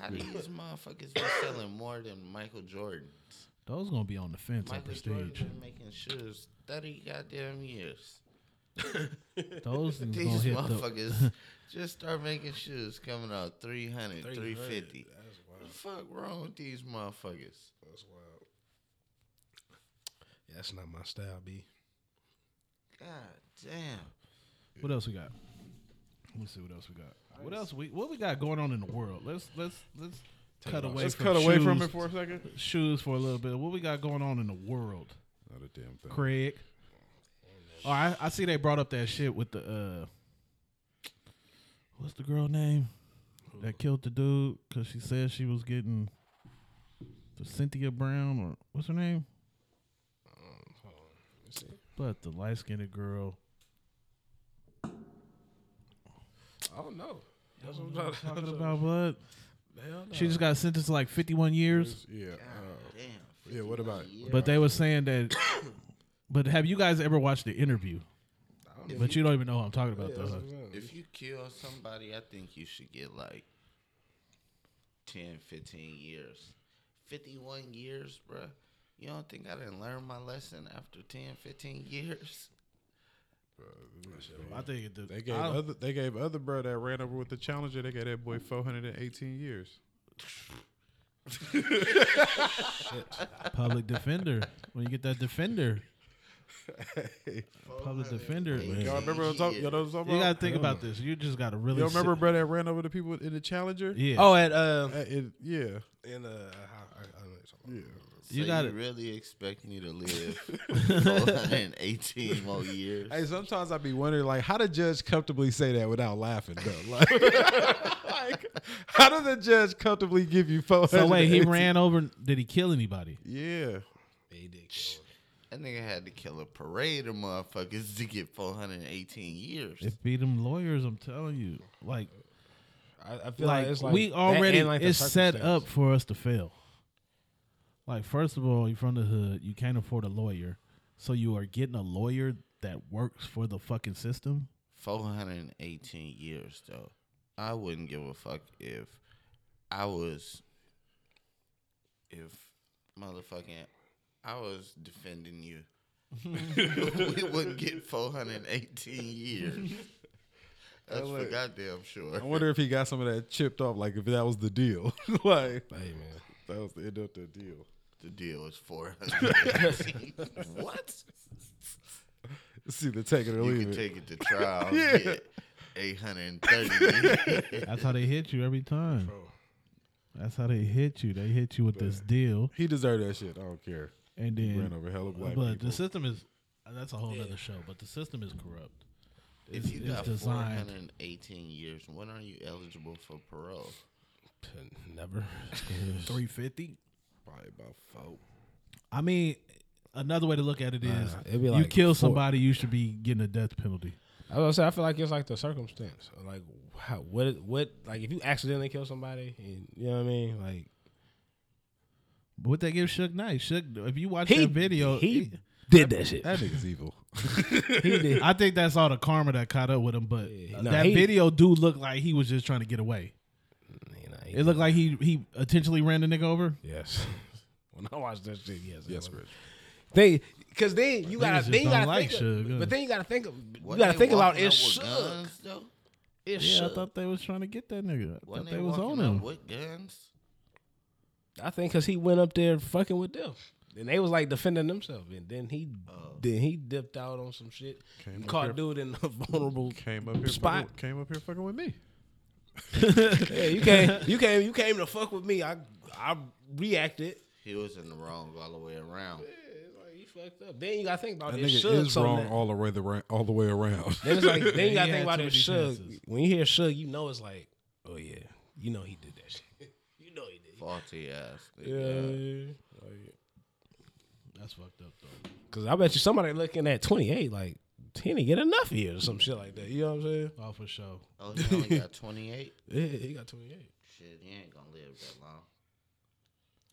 S6: How do these motherfuckers be selling more than Michael Jordan?
S5: Those gonna be on the fence at
S6: Michael Jordan
S5: Prestige.
S6: been making shoes thirty goddamn years.
S5: Those is gonna
S6: These
S5: hit the.
S6: motherfuckers just start making shoes coming out 300, 350. What the fuck wrong with these motherfuckers?
S3: That's wild. Yeah, that's not my style, B.
S6: God damn.
S5: What else we got? Let me see what else we got. What else we what we got going on in the world? Let's let's let's cut away.
S4: Let's
S5: from
S4: cut away from
S5: shoes-
S4: it for a second.
S5: shoes for a little bit. What we got going on in the world,
S4: Not a damn thing.
S5: Craig? Oh, I, I see they brought up that shit with the uh, what's the girl name that killed the dude because she said she was getting the Cynthia Brown or what's her name?
S4: Uh,
S5: But the light skinned girl.
S3: I don't know. That's what I'm
S5: Talking about what? She just got sentenced to like 51 years.
S4: Yeah. uh,
S5: Oh.
S6: Damn.
S4: yeah. What about?
S5: But they were saying that. but have you guys ever watched the interview? But you don't even know who I'm talking about, though. huh?
S6: If you kill somebody, I think you should get like 10, 15 years. 51 years, bruh. You don't think I didn't learn my lesson after 10, 15 years?
S5: I think the,
S4: They gave
S5: I-
S4: other they gave other bro that ran over with the challenger. They gave that boy four hundred and eighteen years.
S5: public defender. When you get that defender, public defender.
S4: Y'all remember what I'm talking? Y'all know what I'm talking
S5: You
S4: about?
S5: gotta think about this. You just gotta really.
S4: Y'all remember
S5: sit-
S4: bro that ran over the people in the challenger?
S5: Yeah.
S3: Oh, at uh,
S4: Uh, it- yeah.
S3: in uh, I, I, I don't know what you're talking about.
S6: You
S5: got
S6: gotta
S5: it.
S6: really expect me to live 418 more years?
S4: Hey, sometimes I be wondering like how the judge comfortably say that without laughing though. Like, like, how does the judge comfortably give you four hundred?
S5: So wait, he ran over. Did he kill anybody?
S4: Yeah.
S6: That nigga had to kill a parade of motherfuckers to get 418 years.
S5: It be them lawyers. I'm telling you, like,
S3: I, I feel like,
S5: like,
S3: it's like
S5: we
S3: that
S5: already
S3: and, like, the
S5: it's set
S3: circumstance.
S5: up for us to fail. Like, first of all, you're from the hood. You can't afford a lawyer, so you are getting a lawyer that works for the fucking system.
S6: 418 years though. I wouldn't give a fuck if I was if motherfucking I was defending you. we wouldn't get 418 years. That's for goddamn sure.
S4: I wonder if he got some of that chipped off. Like if that was the deal. like,
S3: Hey man,
S4: that was the end of the deal.
S6: The deal is 418. what?
S4: It's either take it or
S6: You
S4: leave
S6: can
S4: it.
S6: take it to trial. yeah. Get 830 years.
S5: That's how they hit you every time. That's how they hit you. They hit you with this deal,
S4: he deserved that shit. I don't care.
S5: and then
S4: Ran over hella black
S5: but
S4: people.
S5: the system is that's a whole other show. But the system is corrupt. It's,
S6: If you
S5: it's
S6: got
S5: designed.
S6: 418 years, when are you eligible for parole?
S3: never.
S5: Three fifty.
S4: Probably about four.
S5: I mean, another way to look at it is
S3: it'd be
S5: you
S3: like
S5: kill
S3: four-
S5: somebody, you should be getting a death penalty.
S3: I was gonna say I feel like it's like the circumstance. Like how what what like if you accidentally kill somebody, and, you know what I mean? Like
S5: But what they give Suge Knight, Suge, if you watch
S3: he
S5: that video,
S3: he
S5: he-
S3: did that shit.
S4: That nigga's evil.
S3: he did.
S5: I think that's all the karma that caught up with him. But
S3: Yeah, nah,
S5: that
S3: he-
S5: video do look like he was just trying to get away.
S3: You know, he
S5: It looked like he he intentionally ran the nigga over.
S3: Yes. When I watched that shit, yes,
S4: Yes,
S3: I
S4: Rich.
S3: They, cause then you gotta,
S5: just
S3: then you
S5: don't
S3: gotta
S5: like
S3: think,
S5: Suge, yeah.
S3: of, but then you gotta think, of, you
S6: Wasn't
S3: gotta
S6: they
S3: think about
S6: walking
S3: it.
S6: up with
S3: Shook,
S6: guns though.
S3: it
S5: Yeah, I
S3: shook.
S5: thought they was trying to get that nigga. I
S6: When
S5: thought
S6: they
S5: they was on
S6: walking up
S5: him.
S6: with guns,
S3: I think because he went up there fucking with them, and they was like defending themselves, and then he, then he dipped out on some shit,
S4: up
S3: caught
S4: here-
S3: dude in a vulnerable
S4: Came up here.
S3: spot.
S4: Fucking, came up here fucking with me.
S3: Yeah, you came, you came, you came to fuck with me. I, I reacted.
S6: he was in the wrong all the way around.
S3: Yeah, it's like you fucked up. Then you gotta think about
S4: That
S3: it.
S4: nigga
S3: Suge,
S4: is
S3: so
S4: wrong
S3: now-
S4: all the way the ra- all the way around.
S3: Then it's like then you gotta
S5: He
S3: think about
S5: had two
S3: it. Suge,
S5: defenses.
S3: when you hear Suge, you know it's like, oh yeah, you know he did that shit. you know he did.
S6: Faulty ass. nigga.
S3: Yeah,
S5: That's fucked up though.
S3: because I bet you somebody looking at twenty eight like he didn't get enough years or some shit like that. You know what I'm saying?
S5: Oh, for sure.
S6: Oh, he only got 28.
S3: Yeah, he got twenty eight.
S6: Shit, he ain't gonna live that long.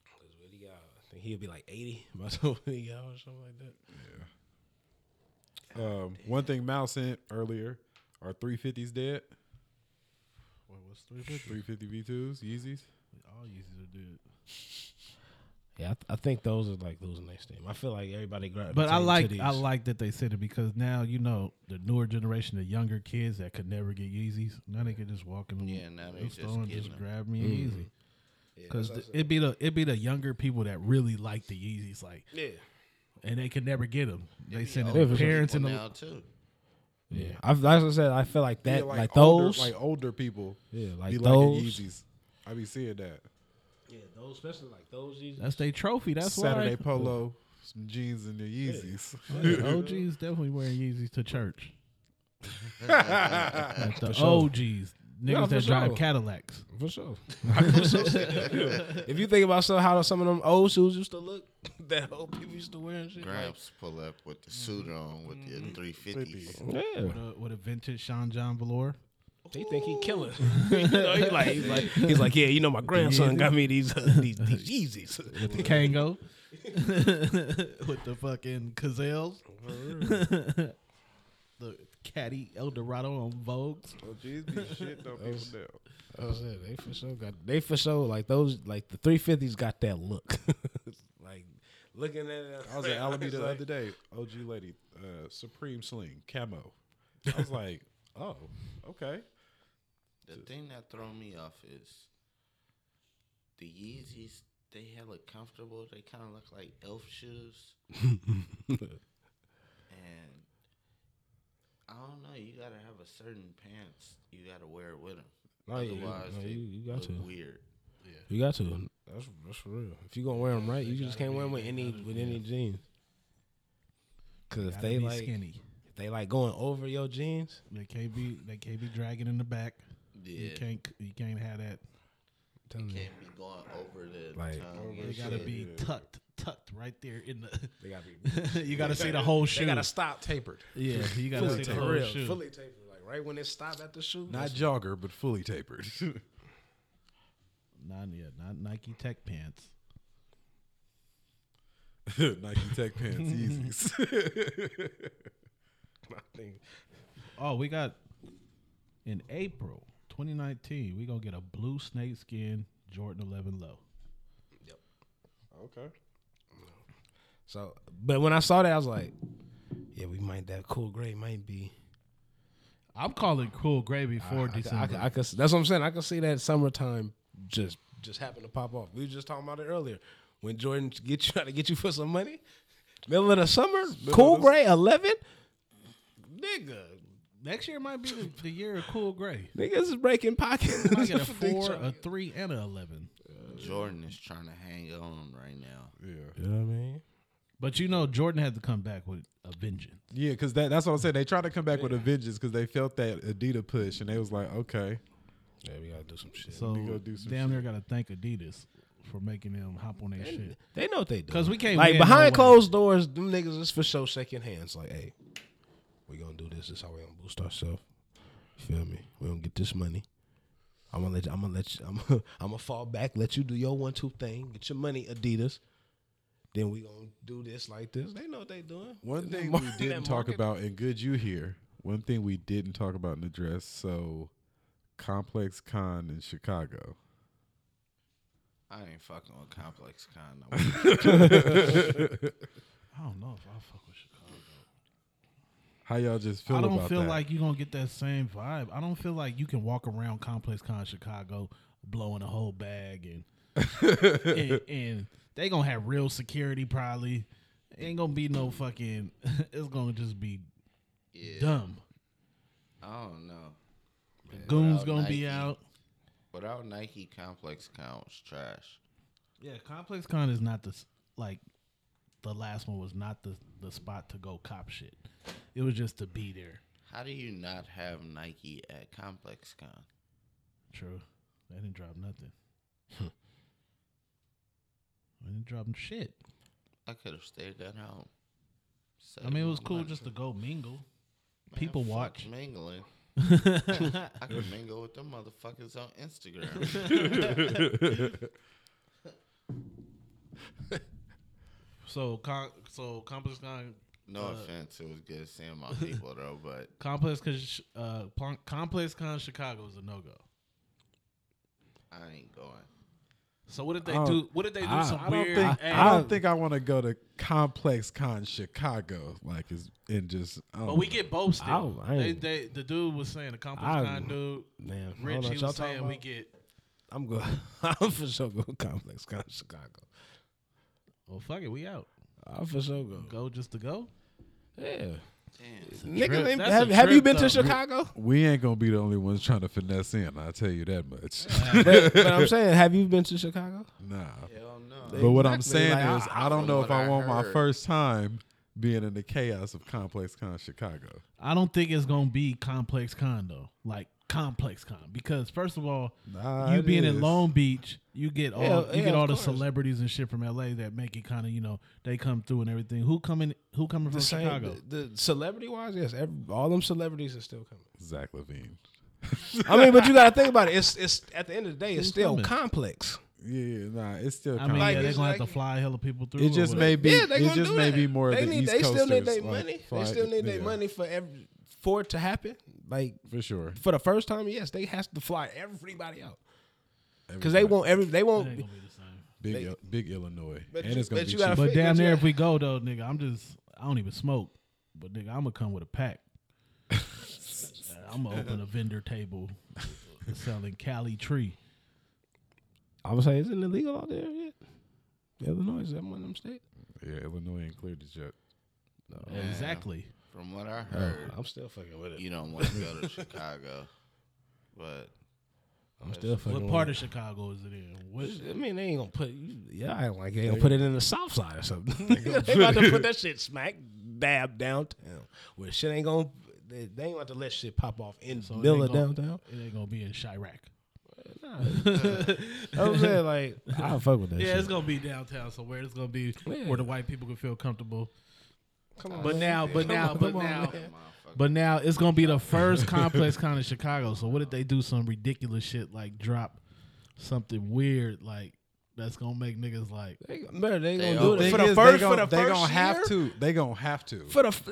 S3: I think he'll be like eighty by the time he got out or something like that.
S4: um, one thing Mal sent earlier are 350s dead.
S5: Wait, what's three fifty?
S4: 350 V2s, Yeezys.
S5: All Yeezys are dead.
S3: Yeah, I, th- I think those are like those next thing. I feel like everybody grabbed.
S5: But I like I like that they said it because now you know the newer generation, the younger kids that could never get Yeezys, now they can just walk in the
S6: Yeah, now they
S5: the
S6: just
S5: store and
S6: getting
S5: just
S6: them. Mm-hmm.
S5: grab me a Yeezy. Because it'd be the it'd be the younger people that really like the Yeezys, like
S3: Yeah,
S5: and they could never get them. They send
S6: Older
S5: it to parents and
S6: people
S5: the
S6: now too.
S3: yeah. I, that's what I said. I feel like that,
S4: Yeah,
S3: like,
S4: older,
S3: those,
S4: like older people.
S3: yeah, like
S4: be
S3: those,
S4: liking Yeezys. I be seeing that.
S3: yeah, those, especially like those. Yeezys.
S5: that's their trophy. That's
S4: Saturday
S5: why
S4: polo, some jeans and the Yeezys.
S5: Yeah, OG's definitely wearing Yeezys to church. Like the OGs, niggas
S3: Yeah, for
S5: that drive
S3: sure.
S5: Cadillacs.
S3: For sure. if you think about some, how some of them old shoes used to look, that old people used to wear and shit. like-
S6: Gramps pull up with the suit
S5: Mm-hmm.
S6: on with the 350s.
S3: yeah.
S5: With a, with a vintage Sean John Velour.
S3: He think he killing. you know, he like, he's like, he's like, yeah, you know, my grandson got me these uh, these, these Yeezys.
S5: the Kango with the fucking gazelles. the catty Eldorado on Vogue's.
S4: Oh, jeans be shit on people now.
S3: That's it. They for sure got. They for sure like those like the three fifties got that look. like looking at it.
S4: I was at Alabama the other day. OG lady, uh, Supreme Sling, camo. I was like, oh, okay.
S6: The thing that throw me off is the Yeezys. They hella comfortable. They kind of look like elf shoes. and I don't know. You gotta have a certain pants. You gotta wear with them.
S3: No, Oh, you-
S6: Otherwise,
S3: no,
S6: they
S3: you- you got
S6: look
S3: to.
S6: weird.
S3: You got to. That's that's for real. If you gonna wear them right, you just can't wear them with any with any jeans. Cause if
S5: Gotta
S3: they
S5: be
S3: like
S5: skinny.
S3: if they like going over your jeans,
S5: They can't be. They can't be dragging in the back. You
S6: Yeah.
S5: can't. You can't have that.
S3: tell me,
S6: Can't be going over the
S3: Like, oh,
S6: tongue.
S5: They
S6: and
S5: gotta
S6: shit.
S5: be tucked, tucked right there in the.
S3: they gotta be
S5: you gotta see the whole shoe.
S7: They gotta stop tapered.
S5: yeah, you gotta see the
S3: for
S5: whole
S3: real,
S5: shoe.
S3: fully tapered. Like right when it stopped at the shoe.
S4: Not jogger, but fully tapered.
S5: Not yeah, not Nike Tech pants.
S4: Nike Tech pants, Yeezys.
S5: Oh, we got in April 2019. We gonna get a blue snakeskin Jordan 11 low.
S4: okay.
S3: So, but when I saw that, I was like, yeah, we might that cool gray might be.
S5: I'm calling cool gray
S3: I, could- I,
S5: before
S3: could-
S5: December.
S3: I could, that's what I'm saying. I could see that summertime just just happened to pop off. We were just talking about it earlier when Jordan get you try to get you for some money, middle of the summer, cool gray eleven. Nigga,
S5: Next year might be the, the year of cool gray.
S3: niggas is breaking pockets.
S5: I get a
S3: They
S5: four, uh,
S3: tryna-
S5: a three, and a 11.
S6: Jordan is trying to hang on right now.
S3: you know what I mean?
S5: But you know, Jordan had to come back with a vengeance.
S4: Yeah, because that, that's what I'm saying. They tried to come back with a vengeance because they felt that Adidas push, and they was like, okay.
S3: Yeah, we gotta do some shit.
S5: So
S4: go do some
S5: damn near got to thank Adidas for making them hop on that shit.
S3: They know what they do.
S5: 'Cause we can't
S3: like
S5: win no
S3: behind
S5: way.
S3: closed doors. Them niggas is for sure shaking hands. Like, hey, we gonna do this. This how we gonna boost ourselves. You feel me? We gonna get this money. I'm gonna let you, I'm gonna let you, I'm gonna, I'm gonna fall back. Let you do your one two thing. Get your money, Adidas. Then we gonna do this like this. They know what they doing.
S4: One
S3: That
S4: thing
S3: mar-
S4: we
S3: that
S4: didn't talk
S3: market-
S4: about, and good you here. One thing we didn't talk about in the dress. So, Complex Con in Chicago.
S6: I ain't fucking with Complex Con. No more.
S5: I don't know if I fuck with Chicago.
S4: How y'all just feel
S5: I don't
S4: about
S5: feel
S4: that?
S5: like you're gonna get that same vibe. I don't feel like you can walk around Complex Con Chicago blowing a whole bag and and, and they gonna have real security probably. Ain't gonna be no fucking. It's gonna just be dumb.
S6: I don't know.
S5: Goons
S6: Without
S5: gonna be
S6: Nike.
S5: out.
S6: Without Nike, Complex Con was trash.
S5: Yeah, Complex Con is not the s- like the last one was not the the spot to go cop shit. It was just to be there.
S6: How do you not have Nike at Complex Con?
S5: True. They didn't drop nothing.
S4: Hmm.
S5: they didn't drop shit.
S6: I could have stayed at home.
S5: I mean, it was cool just to go mingle. People watch.
S6: mingling. I could mingle with them motherfuckers on Instagram.
S5: So, con- so complex con
S6: No offense, it was good seeing my people though, but
S5: complex con sh- uh plon- complex con Chicago is a no go.
S6: I ain't going.
S5: So what did they
S4: Oh,
S5: do? What did they do? some
S4: I don't
S5: weird.
S4: think I,
S5: ass-
S4: don't think I want to go to Complex Con Chicago like is and just. I don't
S5: but we
S4: know.
S5: get both still.
S3: I- I
S5: they,
S3: ain't-
S5: they, the dude was saying the complex
S3: I-
S5: con dude.
S3: Man, I don't
S5: Rich,
S3: know what
S5: he
S3: y'all
S5: was
S3: talking
S5: saying we
S3: about.
S5: get.
S3: I'm going. I'm for sure going complex con Chicago.
S5: Well, fuck it, we out.
S3: I'm for sure go.
S5: Go just to go.
S3: Yeah.
S6: Damn.
S3: Niggas, ain't-
S5: That's a
S3: have, have you
S5: trip,
S3: been
S5: though.
S3: to Chicago?
S4: we ain't gonna be the only ones trying to finesse in. I tell you that much.
S3: but, but I'm saying, have you been to Chicago?
S4: nah.
S6: Hell no.
S4: But what I'm
S3: Exactly,
S4: saying
S3: like,
S4: is,
S3: I-
S4: I, don't
S6: from
S4: know if
S6: what
S4: I
S6: I
S4: want my
S6: heard-
S4: first time being in the chaos of Complex Con Chicago.
S5: I don't think it's gonna be complex con though. Like complex con because first of all,
S4: Nah,
S5: you
S4: it
S5: being
S4: is.
S5: in Long Beach, you get all
S3: Yeah,
S5: you
S3: yeah,
S5: get all
S3: of
S5: the
S3: course.
S5: celebrities and shit from LA that make it kind of you know they come through and everything. Who coming? Who coming from Chicago?
S3: The, celebrity wise, yes, every, all them celebrities are still coming.
S4: Zach Levine.
S3: I mean, but you got to think about it. It's it's at the end of the day, it's
S5: Who's
S3: still
S5: coming?
S3: complex.
S4: Yeah, nah, it's still.
S5: I mean,
S3: Like,
S5: yeah, they're
S3: it's
S5: gonna have
S3: like-
S5: to fly hella people through.
S4: It
S5: or
S4: just
S5: whatever.
S4: may be.
S3: yeah, they
S4: it
S3: gonna
S4: just
S3: do
S4: may
S3: that.
S4: be more of
S3: they
S4: the
S3: need,
S4: East
S3: They still need
S4: Coasters,
S3: their
S4: like,
S3: money.
S4: fly-
S3: they still need their
S4: yeah,
S3: money for every for it to happen. Like
S4: for sure.
S3: for the first time, yes, they has to fly everybody out because they want every they
S5: It
S3: want
S5: ain't gonna be the same.
S4: Big, Il- big Illinois, and it's gonna
S7: bet
S4: be
S7: you
S4: cheap.
S7: gotta
S5: But
S7: But
S5: damn
S7: yeah.
S5: near, if we go though, nigga, I'm just I don't even smoke, but nigga, I'm gonna come with a pack. I'm gonna open a vendor table selling Cali tree.
S3: I was saying, is it illegal out there yet? Illinois is that one of them states?
S4: yeah, Illinois ain't cleared this yet.
S5: Exactly.
S6: From what I heard,
S3: I'm still fucking with it.
S6: you don't want to go to Chicago, but
S3: I'm still fucking.
S5: What
S3: with
S5: part
S3: it.
S5: of Chicago is it in? What?
S3: I mean, they ain't gonna put. Yeah, I ain't like they gonna put it in the South Side or something. they about to put that shit smack dab downtown, where shit ain't gonna. They, they ain't about to let shit pop off in the
S5: it
S3: middle
S5: ain't
S3: of
S5: gonna-
S3: downtown.
S5: It ain't gonna be in Chirac.
S3: I'm saying like I don't fuck with that.
S5: Yeah,
S3: shit.
S5: it's gonna be downtown somewhere. It's gonna be
S3: Yeah.
S5: where the white people can feel comfortable.
S3: Come on,
S5: But
S3: man.
S5: now, but now, but
S3: Oh, come on,
S5: now,
S3: man.
S5: but now, it's gonna be the first complex con in Chicago. So what if they do some ridiculous shit like drop something weird like that's gonna make niggas like
S3: They, man, they,
S6: They
S3: gonna do
S6: open
S3: it
S6: it.
S3: for the first.
S4: Is they
S3: for
S4: gonna,
S3: the
S4: they
S3: first
S4: gonna have
S3: year?
S4: to. They gonna have to.
S3: For the f-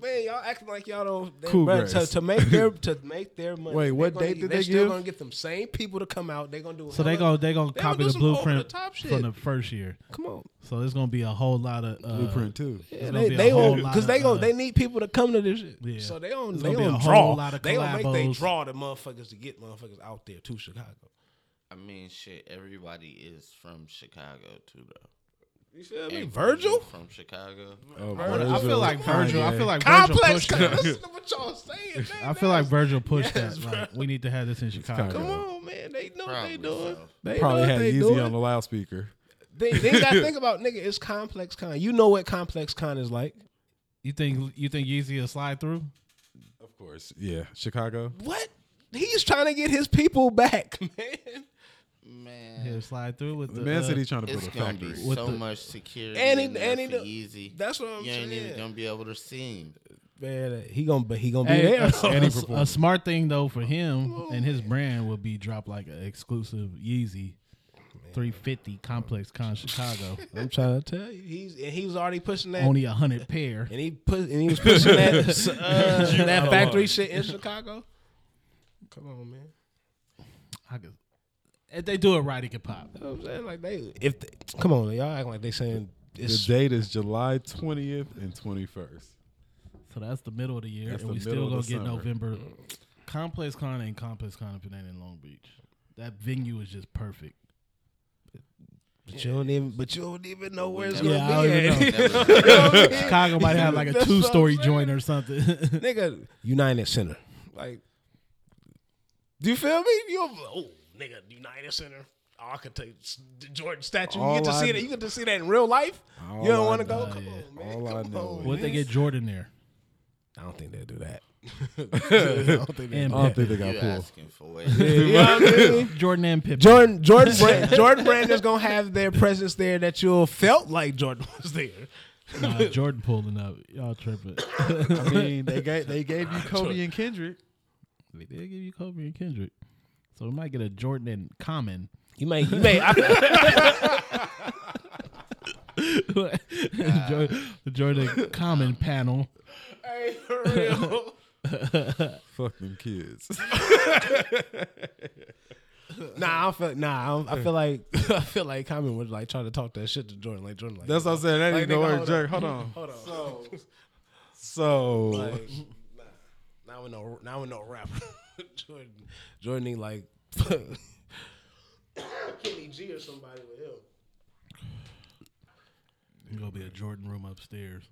S3: man, y'all acting like y'all don't. They,
S4: Cool
S3: bruh, to,
S4: grass.
S3: to make their to make their money.
S4: Wait,
S3: they
S4: what
S3: gonna-
S4: date did
S3: they
S4: they
S3: still
S4: give?
S3: gonna get them same people to come out. They gonna do. a
S5: so they
S3: hella-
S5: go they gonna
S3: they
S5: copy
S3: do
S5: the
S3: some over
S5: blueprint
S3: top shit.
S5: from the first year.
S3: Come on,
S5: So it's gonna be a whole lot of uh,
S4: Blueprint too.
S5: it's
S3: yeah,
S5: gonna
S3: they
S5: be a
S3: they
S5: whole
S3: gonna
S5: lot
S3: because they
S5: of,
S3: gonna
S5: uh,
S3: they need people to come to this shit.
S5: Yeah.
S3: So they don't
S5: It's
S3: they
S5: gonna be
S3: don't
S5: a
S3: draw.
S5: whole lot of
S3: they gonna make they
S5: collabos.
S3: draw the motherfuckers to get motherfuckers out there to Chicago.
S6: I mean, shit, everybody is from Chicago too, though.
S3: You feel
S6: Ain't
S3: me? Virgil.
S6: from Chicago.
S4: Oh,
S5: I feel
S4: Virgil,
S5: like Virgil. I
S4: Kanye.
S5: feel like Virgil
S3: Complex.
S5: pushed
S3: Con,
S5: that.
S3: listen to what y'all saying. Man.
S5: I feel like
S3: That's-
S5: Virgil pushed
S3: Yes,
S5: that. Like, we need to have this in Chicago.
S3: Come on, man. They know what they
S6: Probably
S3: doing.
S6: so.
S3: They
S4: probably
S3: know what
S4: had
S3: they
S4: Yeezy
S3: doing.
S4: on the loudspeaker.
S3: They, they got to think about nigga. It's complex con. You know what complex con is like.
S5: You think you think Yeezy will slide through?
S4: Of course, yeah, Chicago.
S3: What? He's trying to get his people back, man.
S4: Mm.
S6: Man,
S5: He'll slide through with the
S4: Man
S5: uh,
S4: City trying to
S6: it's
S4: put a
S6: gonna be
S4: factory.
S6: so
S5: the-
S6: much security
S3: And
S6: and
S3: he-
S6: in there
S3: and he
S6: for
S3: do-
S6: Yeezy.
S3: That's what I'm
S6: you ain't even
S3: saying.
S6: gonna be able to see him.
S3: Man, he gonna but he gonna be
S5: Hey,
S3: there.
S5: a, a- a smart thing though for him and his brand would be drop like an exclusive Yeezy 350 Complex Con Chicago.
S3: I'm trying to tell you, he's and he was already pushing that,
S5: Only a hundred pair.
S3: and he put and he was pushing that uh, that factory shit in Chicago. Come on, man.
S5: I could, if they do it right, it could pop.
S3: You know what I'm saying like they if they, come on, y'all acting like they saying
S4: The
S3: it's
S4: date is July twentieth and twenty first.
S5: So that's the middle of the year,
S4: That's
S5: and
S4: the
S5: we
S4: middle
S5: still
S4: of
S5: gonna
S4: the
S5: get
S4: summer.
S5: November. Complex Con ain't Complex Con if it ain't in Long Beach. That venue is just perfect.
S3: but you don't even but you don't even know where it's
S6: never-
S3: gonna
S5: Yeah, I
S3: be.
S5: don't even
S3: at.
S6: Never mind.
S3: You know what I mean?
S5: Chicago might have like a
S3: That's what I'm
S5: two story
S3: saying.
S5: joint or something.
S3: nigga, United Center. Like, do you feel me? You oh, nigga, United Center. Oh, I could take s- the Jordan statue. you
S4: All
S3: get to
S4: I
S3: see that.
S4: kn-
S3: You get to see that in real life. you don't
S4: All I
S3: want to go.
S4: know-
S3: Come on, man.
S4: all I
S3: Come
S4: know
S3: on,
S4: is-
S5: what if they get Jordan there?
S3: I don't think they'll do that.
S5: And
S4: I don't
S5: Pippen.
S4: think they got
S6: You
S4: pulled.
S6: asking for way.
S3: You know what I mean?
S5: Jordan and Pippen.
S3: Jordan, Jordan, Brand, Jordan Brand is gonna have their presence there that you'll felt like Jordan was there.
S5: Nah, Jordan pulling up. Y'all tripping.
S4: I mean, they gave they gave you Kobe and Kendrick.
S5: they did give you Kobe and Kendrick. So we might get a Jordan and Common.
S3: You may, you may. I,
S5: Jordan, Jordan Common panel.
S4: Fuck them kids.
S3: nah, I feel, nah, I, don't- I feel like, I feel like Common was like trying to talk that shit to Jordan, like Jordan, like
S4: That's what I'm saying. That ain't
S3: nigga,
S4: no word,
S3: hold
S4: jerk. Hold on.
S3: hold on.
S4: So
S3: Like, nah, now we know. Now we know rapper. Jordan, Jordan ain't like Kenny G or somebody with him.
S5: It's gonna be a Jordan room upstairs.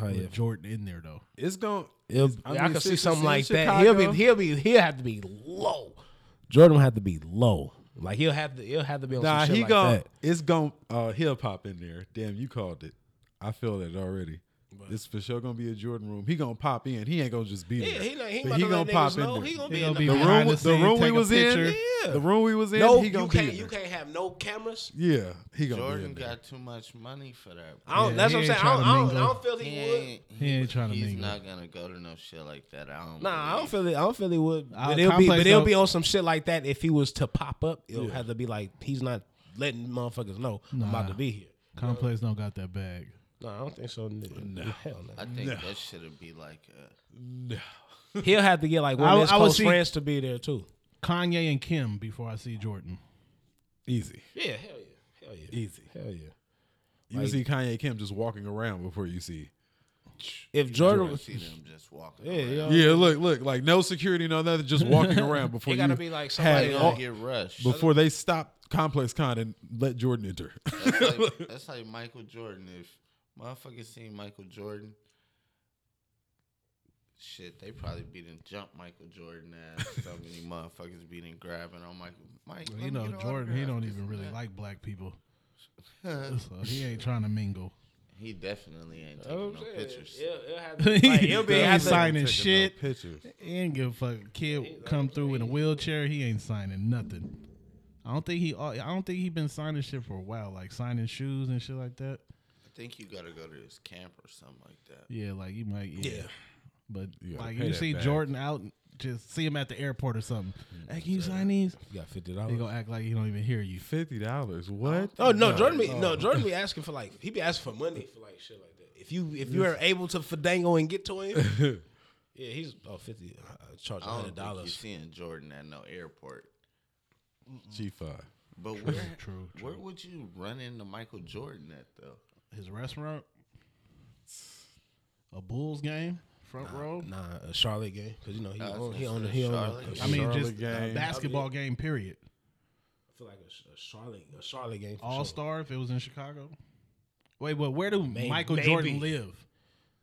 S3: Oh
S5: With
S3: yeah.
S5: Jordan in there though.
S4: it's going.
S3: It'll,
S4: I
S3: I,
S4: mean,
S3: can
S4: since
S3: see
S4: it's
S3: something
S4: in
S3: like that. He'll
S4: Chicago-
S3: be, he'll be, he'll have to be low. Jordan will have to be low. Like he'll have to, he'll have to be on
S4: Nah,
S3: some shit
S4: uh, he
S3: like
S4: gon'
S3: that.
S4: It's gon' uh, hip hop in there. Damn, you called it. I feel it already. This for sure gonna be a Jordan room. He gonna pop in. He ain't gonna just be
S3: Yeah,
S4: there.
S3: he, not, he ain't
S4: But
S3: about to let niggas know.
S4: there.
S3: He gonna
S5: He
S3: be
S5: gonna
S3: in
S5: be
S3: the
S4: the
S5: behind
S4: room,
S5: the
S4: the,
S5: scene,
S4: room
S5: take
S4: we
S5: a
S4: was in.
S5: picture.
S3: Yeah.
S4: The room we was in.
S3: No,
S4: he
S3: you
S4: gonna
S3: can't,
S4: be in
S3: you
S4: there.
S3: can't have no cameras.
S4: Yeah, he gonna be
S6: Jordan
S4: in there.
S6: got too much money for that.
S3: I don't,
S5: Yeah,
S3: that's
S5: he
S3: what I'm saying.
S5: ain't
S3: I don't, I, don't,
S5: tryna
S3: I
S5: mingle.
S3: don't feel he,
S6: He
S3: would.
S6: ain't.
S5: He ain't tryna
S6: He's
S5: mingle.
S6: not gonna go to no shit like that. I don't.
S3: Nah, I don't
S6: believe.
S3: feel it. I don't feel it would.
S5: Uh,
S3: But it'll be,
S5: Complex
S3: but it'll
S5: don't-
S3: be on some shit like that. If he was to pop up, it'll have to be like he's not letting motherfuckers know I'm about to be here.
S5: Complex don't got that bag.
S3: No, I don't think so. No, hell
S6: I think that should be like. A,
S3: no. He'll have to get like one
S5: I-
S3: of his
S5: I would
S3: close
S5: see-
S3: friends to be there too.
S5: Kanye and Kim before I see Jordan.
S4: Easy.
S3: Yeah, hell yeah. Hell yeah.
S4: Easy.
S3: Hell yeah.
S4: You can see Kanye Kim just walking around before you see.
S3: If Jordan was
S6: uh, See them just walking.
S3: yeah, yo,
S4: Yeah, look, look, like no security, no nothing, just walking around before
S6: It
S4: you
S6: gotta be like somebody
S4: had
S6: gonna
S4: all-
S6: get rushed.
S4: before they stop Complex Con and let Jordan enter.
S6: That's like, that's like Michael Jordan. If motherfuckers seen Michael Jordan, shit, they probably beating jump Michael Jordan ass. So many motherfuckers beating grabbing on Michael. Mike,
S5: You know, Jordan, he don't even really like black people. so he ain't trying to mingle.
S6: He definitely ain't
S3: That's what I'm
S6: taking no
S3: saying.
S6: pictures.
S3: It'll- it'll have to- like, it'll be
S5: he ain't
S3: after-
S5: signing shit.
S4: Pictures.
S5: He ain't give a fuck. Kid come through in a wheelchair. He ain't signing nothing. I don't think he. uh, I don't think he been signing shit for a while, like signing shoes and shit like that.
S6: I think you gotta go to his camp or something like that.
S5: Yeah, like you might. Yeah, but
S4: You gotta
S5: like
S4: pay
S5: you
S4: that
S5: see
S4: back. Mm-hmm.
S5: Jordan out, just see him at the airport or something. Hey, can you sign these?
S3: You got fifty
S5: He
S3: dollars.
S5: gonna act like he don't even hear you.
S4: Fifty dollars. What?
S3: Oh no, Jordan be no Jordan be asking for like he be asking for money for like shit like that. If you if you are able to fandango and get to him, yeah, he's oh fifty uh, charge
S6: I don't
S3: hundred
S6: think you're
S3: dollars.
S6: seeing Jordan at no airport.
S4: G five.
S6: But where,
S5: true, true.
S6: where would you run into Michael Jordan at though?
S5: His restaurant, a Bulls game, front row.
S3: Nah, a Charlotte game because you know he
S6: I was
S3: own he
S6: gonna
S3: own
S6: say
S3: he own. a-
S6: Charlotte.
S5: I mean,
S4: Charlotte
S5: just a
S4: game.
S5: basketball game. Period.
S3: I feel like a, Sh- a Charlotte a Charlotte game. for
S5: All
S3: sure.
S5: star if it was in Chicago. Wait, but where do
S3: May-
S5: Michael
S3: maybe.
S5: Jordan live?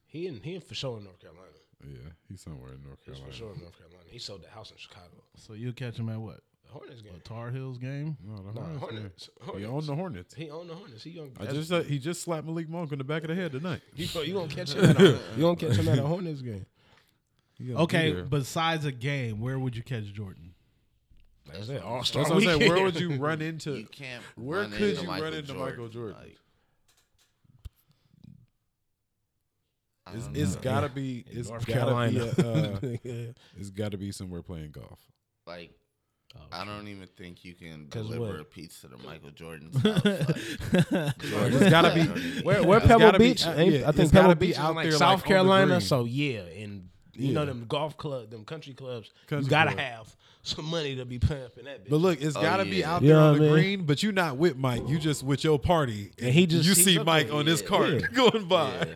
S3: He in he in for sure in North Carolina.
S4: Yeah, he's somewhere in North
S3: He's for
S4: Carolina.
S3: sure in North Carolina. He sold the house in Chicago.
S5: So you'll catch him at what?
S3: The Hornets game.
S5: A Tar Heels game.
S4: No, the
S3: Nah,
S4: Hornets.
S3: Hornets.
S4: man. He
S3: Hornets.
S4: owned the Hornets.
S3: He owned the Hornets. He young.
S4: I just uh, he just slapped Malik Monk on the back of the head tonight.
S3: you, you gonna catch him. At a, you gonna catch him at a Hornets game.
S4: He gonna be
S5: Okay,
S4: there.
S5: besides a game, where would you catch Jordan?
S3: That's it. All star
S4: that's what I'm saying. Where would you run into?
S6: You can't.
S4: Where
S6: run
S4: could
S6: into
S4: you
S6: Michael
S4: run into
S6: Jordan.
S4: Michael Jordan?
S6: Like, I
S4: It's,
S6: don't
S4: it's
S6: know.
S4: gotta be. It's
S3: North
S4: gotta
S3: Carolina.
S4: be. A, uh, it's gotta be somewhere playing golf.
S6: like
S4: Oh,
S6: I don't even think you can
S3: 'Cause
S6: deliver
S3: what?
S6: a pizza to Michael Jordan's house. Like,
S4: It's gotta be.
S3: Where, where Pebble
S4: gotta be
S3: Beach?
S4: out-
S3: ain't-
S4: yeah,
S3: I
S4: it's
S3: think
S4: gotta
S3: Pebble
S4: be
S3: Beach
S4: out
S3: out like
S4: there, like, on
S3: South
S4: the
S3: Carolina.
S4: green.
S3: So yeah, and you
S4: Yeah.
S3: know them golf club, them country clubs.
S4: Country
S3: you gotta
S4: club.
S3: have some money to be pumping that. Bitch.
S4: But look, it's gotta be
S6: yeah.
S4: out
S3: You
S4: there
S3: know
S4: on
S3: what
S4: the
S3: I mean?
S4: green. But you're not with Mike. You just with your party, and
S3: he just-
S4: you
S3: he's
S4: see
S3: up
S4: Mike
S3: there.
S4: on this cart
S3: Yeah.
S4: going by,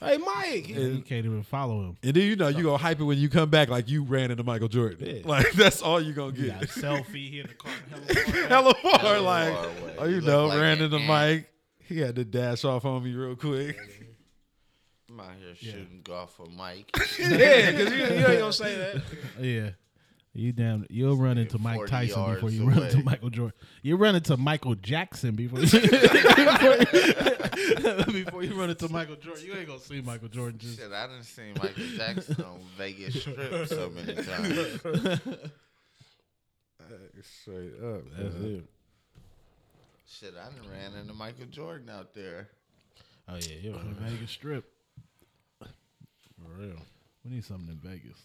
S3: hey Mike,
S5: you can't even follow him.
S4: and then you know you gonna hype it when you come back like you ran into Michael Jordan.
S3: Yeah.
S4: Like that's all you gonna
S5: He got a
S4: get.
S5: selfie here in the car. hella far.
S4: Hella far, like
S6: far away.
S4: oh,
S6: You
S4: you
S6: look
S4: know,
S6: like
S4: ran
S6: an
S4: into
S6: ant.
S4: Mike. He had to dash off on me real quick.
S6: I'm out here shooting golf with Mike.
S3: yeah, because you, you ain't gonna say that.
S5: yeah. You damn, you'll run into Mike
S6: 40
S5: Tyson before
S6: yards
S5: you run into
S6: away.
S5: Michael Jordan. You run into Michael Jackson before you, before, before you run into Michael Jordan. You ain't gonna see Michael Jordan just
S6: Shit, I done seen Michael Jackson on Vegas Strip so many times.
S4: Straight up.
S6: Shit, I done ran into Michael Jordan out there.
S3: Oh yeah, you're
S5: on
S3: right.
S5: the Vegas Strip. For real, we need something in Vegas.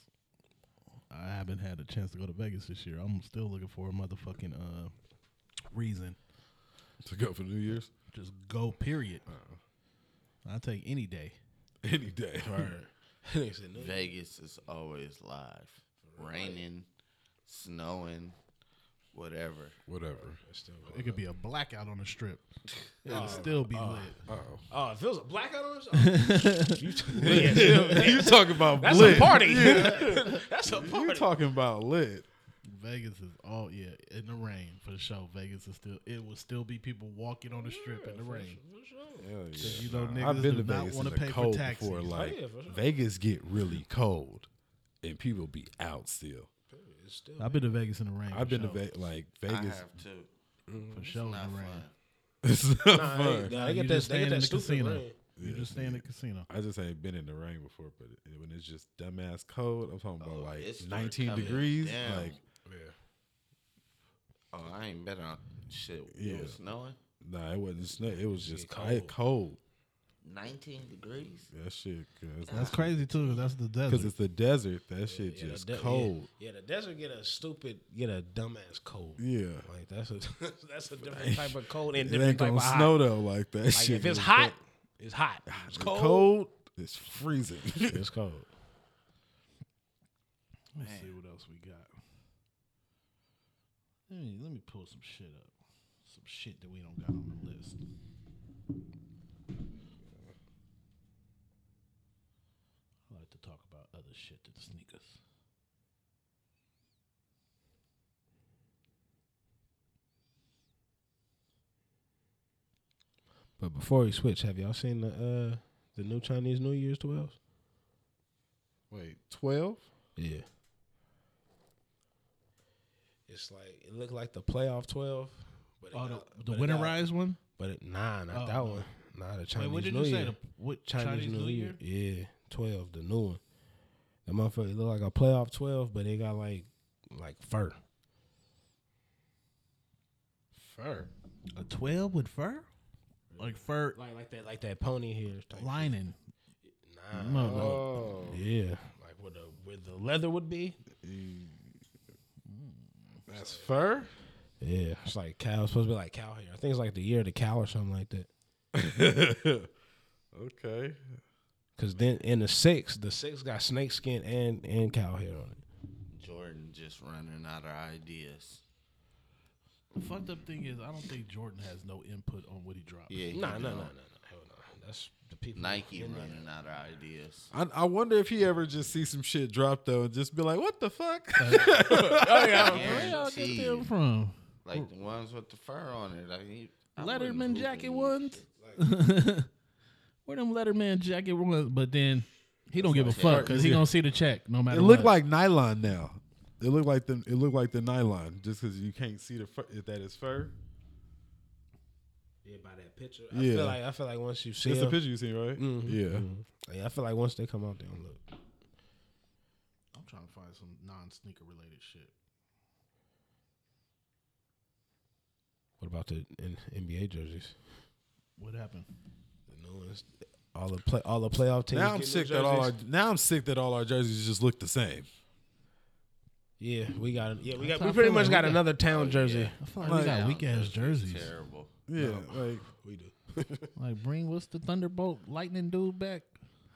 S5: I haven't had a chance to go to Vegas this year. I'm still looking for a motherfucking uh, reason.
S4: To go for New Year's
S5: Just go. Period.
S6: Uh-uh.
S5: I'll take any day.
S4: any day.
S3: Nigga said, "No."
S6: Vegas is always live. Raining, snowing, whatever.
S4: Whatever.
S5: It could be a blackout on the strip.
S6: Uh,
S5: It'll still be lit.
S3: Oh, if it was a blackout on us, oh, you, yeah,
S4: you talking about
S3: that's
S4: lit.
S3: a party. that's a
S4: You
S3: party.
S4: talking about lit.
S5: Vegas is all yeah in the rain for sure. Vegas is still. It will still be people walking on the strip in the rain. You know, niggas
S4: I've been
S5: do
S4: to
S5: not
S4: Vegas in
S5: wanna
S4: the
S5: pay for Oh,
S4: cold
S5: taxis.
S4: before. Like
S3: yeah, for sure.
S4: Vegas get really cold, and people be out still.
S5: I've been to Vegas in the rain.
S4: I've
S5: for
S4: been to
S5: sure.
S4: Ve- like
S6: I
S4: Vegas.
S6: have to.
S5: for sure in the
S6: Not
S5: rain.
S6: fun.
S4: It's not
S3: Nah,
S4: fun.
S3: they- nah, they get that,
S5: You just
S3: they get
S5: staying in
S3: that
S5: the
S3: stupid
S5: casino.
S3: rain.
S5: You just stay in the casino.
S4: I just ain't been in the rain before, but it, when it's just dumbass cold, I'm talking
S3: Oh,
S4: about like
S6: it's
S4: 19
S6: coming
S4: degrees.
S6: down.
S4: Like,
S6: Oh, I ain't been out. Shit, it
S4: Yeah.
S6: was snowing.
S4: nah, it wasn't snow. It was just
S3: cold.
S4: cold. cold.
S6: 19 degrees.
S4: That shit.
S5: That's crazy too. 'cause That's the
S4: Because
S5: desert.
S4: it's the desert. That shit
S3: Yeah, the
S4: just
S3: de- yeah.
S4: cold.
S3: Yeah, the desert get a stupid, get a dumbass cold.
S4: Yeah.
S3: Like that's a that's a different type of cold and
S4: It ain't
S3: different type
S4: gonna
S3: of hot.
S4: snow though like that.
S3: like
S4: shit
S3: if it's
S4: is
S3: hot, it's hot. Ah, It's
S4: cold,
S3: cold.
S4: It's freezing.
S3: It's cold.
S5: Let's see what else we got. Let me, let me pull some shit up. Some some shit that we don't got on the list. I like to talk about other shit than sneakers.
S3: But before we switch, have y'all seen the uh the new Chinese New Year's twelves?
S4: Wait, twelve?
S3: Yeah. It's like it looked like the playoff twelve, but it
S5: Oh,
S3: got-
S5: the, the
S3: but it got-
S5: winterized one.
S3: But it, nah, not
S5: Oh,
S3: that
S5: no.
S3: one. Nah, the Chinese
S5: Wait, what did
S3: New
S5: you say?
S3: Year.
S5: The, what
S3: Chinese, New, Year. Yeah, twelve, the new one. That motherfucker look like a playoff twelve, but they got like like fur.
S4: Fur.
S5: A twelve with fur, like fur
S3: Like like that like that pony hair. type
S5: lining.
S3: shit. Nah.
S5: No, no.
S4: Oh.
S3: Yeah. Like where the where the leather would be.
S4: Mm. That's fur?
S3: Yeah. It's like cow it's supposed to be like cow hair. I think it's like the year of the cow or something like that.
S4: Okay.
S3: Cause then in the six, the six got snake skin and and cow hair on it.
S6: Jordan just running out of ideas.
S5: The fucked up thing is, I don't think Jordan has no input on what he drops.
S6: Yeah, he
S3: Nah, nah, nah, nah,
S6: don't.
S3: nah. Hell no. That's the people.
S6: Nike
S3: in there.
S6: running out of ideas.
S4: I, I wonder if he ever just see some shit drop though and just be like, what the fuck?
S3: Oh,
S5: Where y'all get
S6: Guaranteed.
S5: them from?
S6: Like the ones with the fur on it. I mean, I wouldn't
S5: Letterman
S6: hoop
S5: jacket
S6: in
S5: ones. Where them Letterman jacket ones? But then he don't give a fuck because he
S4: Yeah.
S5: gonna see the check no matter.
S4: it looked
S5: what.
S4: like nylon now. It looked like the it looked like the nylon just because you can't see the fur, if that is fur.
S3: Yeah, by that picture. I
S4: Yeah.
S3: feel like I feel like once you see
S4: That's the
S3: 'em-
S4: picture you seen, right? Yeah.
S3: Like, I feel like once they come out, they don't look.
S5: I'm trying to find some non-sneaker related shit.
S3: What about the N- NBA jerseys?
S5: What happened?
S3: The new ones, all the play, all the playoff teams.
S4: Now
S3: get
S4: I'm
S3: new
S4: sick that all our
S3: jerseys.
S4: now I'm sick that all our jerseys just look the same.
S3: Yeah, we got. Yeah, we got.
S5: Mm-hmm. how
S3: We
S5: I
S3: pretty
S5: feel.
S3: much
S5: We
S3: got
S5: got- Oh,
S3: another town jersey.
S5: I feel like we got weak ass jerseys.
S6: Terrible.
S4: Yeah, like
S3: We do.
S5: Like bring what's the Thunderbolt Lightning dude back?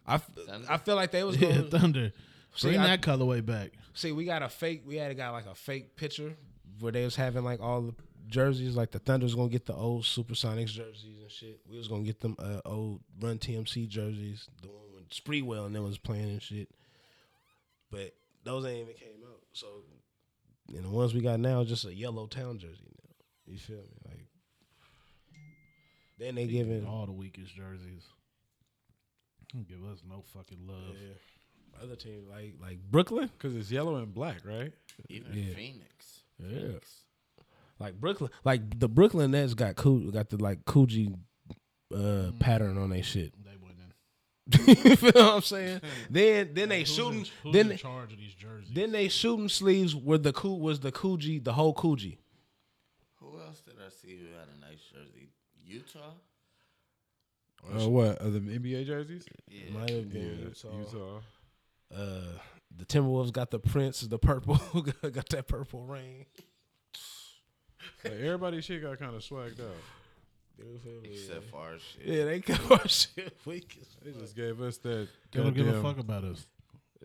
S3: I, f- I feel like they was
S5: Yeah,
S3: going. to
S5: Thunder.
S3: See,
S5: Bring
S3: I-
S5: that colorway back.
S3: See, we got a fake. We had got like a fake picture where they was having like all the jerseys. Like the Thunder's gonna get the old Supersonics jerseys and shit. We was gonna get them uh, old Run TMC jerseys. The one when Spreewell and them was playing and shit. But those ain't even came out. So, and the ones we got now is just a yellow town jersey. Now you feel me? Like then they giving
S5: All the weakest jerseys. Don't give us no fucking love.
S3: other teams like like Brooklyn.
S4: because it's yellow and black, right?
S6: Even Phoenix.
S3: Yeah. Like Brooklyn, like the Brooklyn Nets got cool, got the like Coogee uh,
S5: Mm.
S3: pattern on their shit.
S5: They winning.
S3: you feel what I'm saying? then then they
S5: Who's
S3: shooting,
S5: in, who's in
S3: then
S5: charge of these jerseys?
S3: then they shooting sleeves where the cool was the Coogee, the whole Coogee.
S6: Who else did I see who had a nice jersey? Utah?
S4: Uh, what of the NBA jerseys?
S6: Yeah.
S3: Might have been Utah.
S4: Utah.
S3: Uh, the Timberwolves got the Prince, the purple, got that purple ring.
S4: Like, everybody's shit got kind of swagged out.
S3: You feel me?
S6: Except for our shit.
S3: Yeah, they got our shit weak. as-
S4: They just gave us that.
S5: they don't give a
S4: goddamn
S5: fuck about us.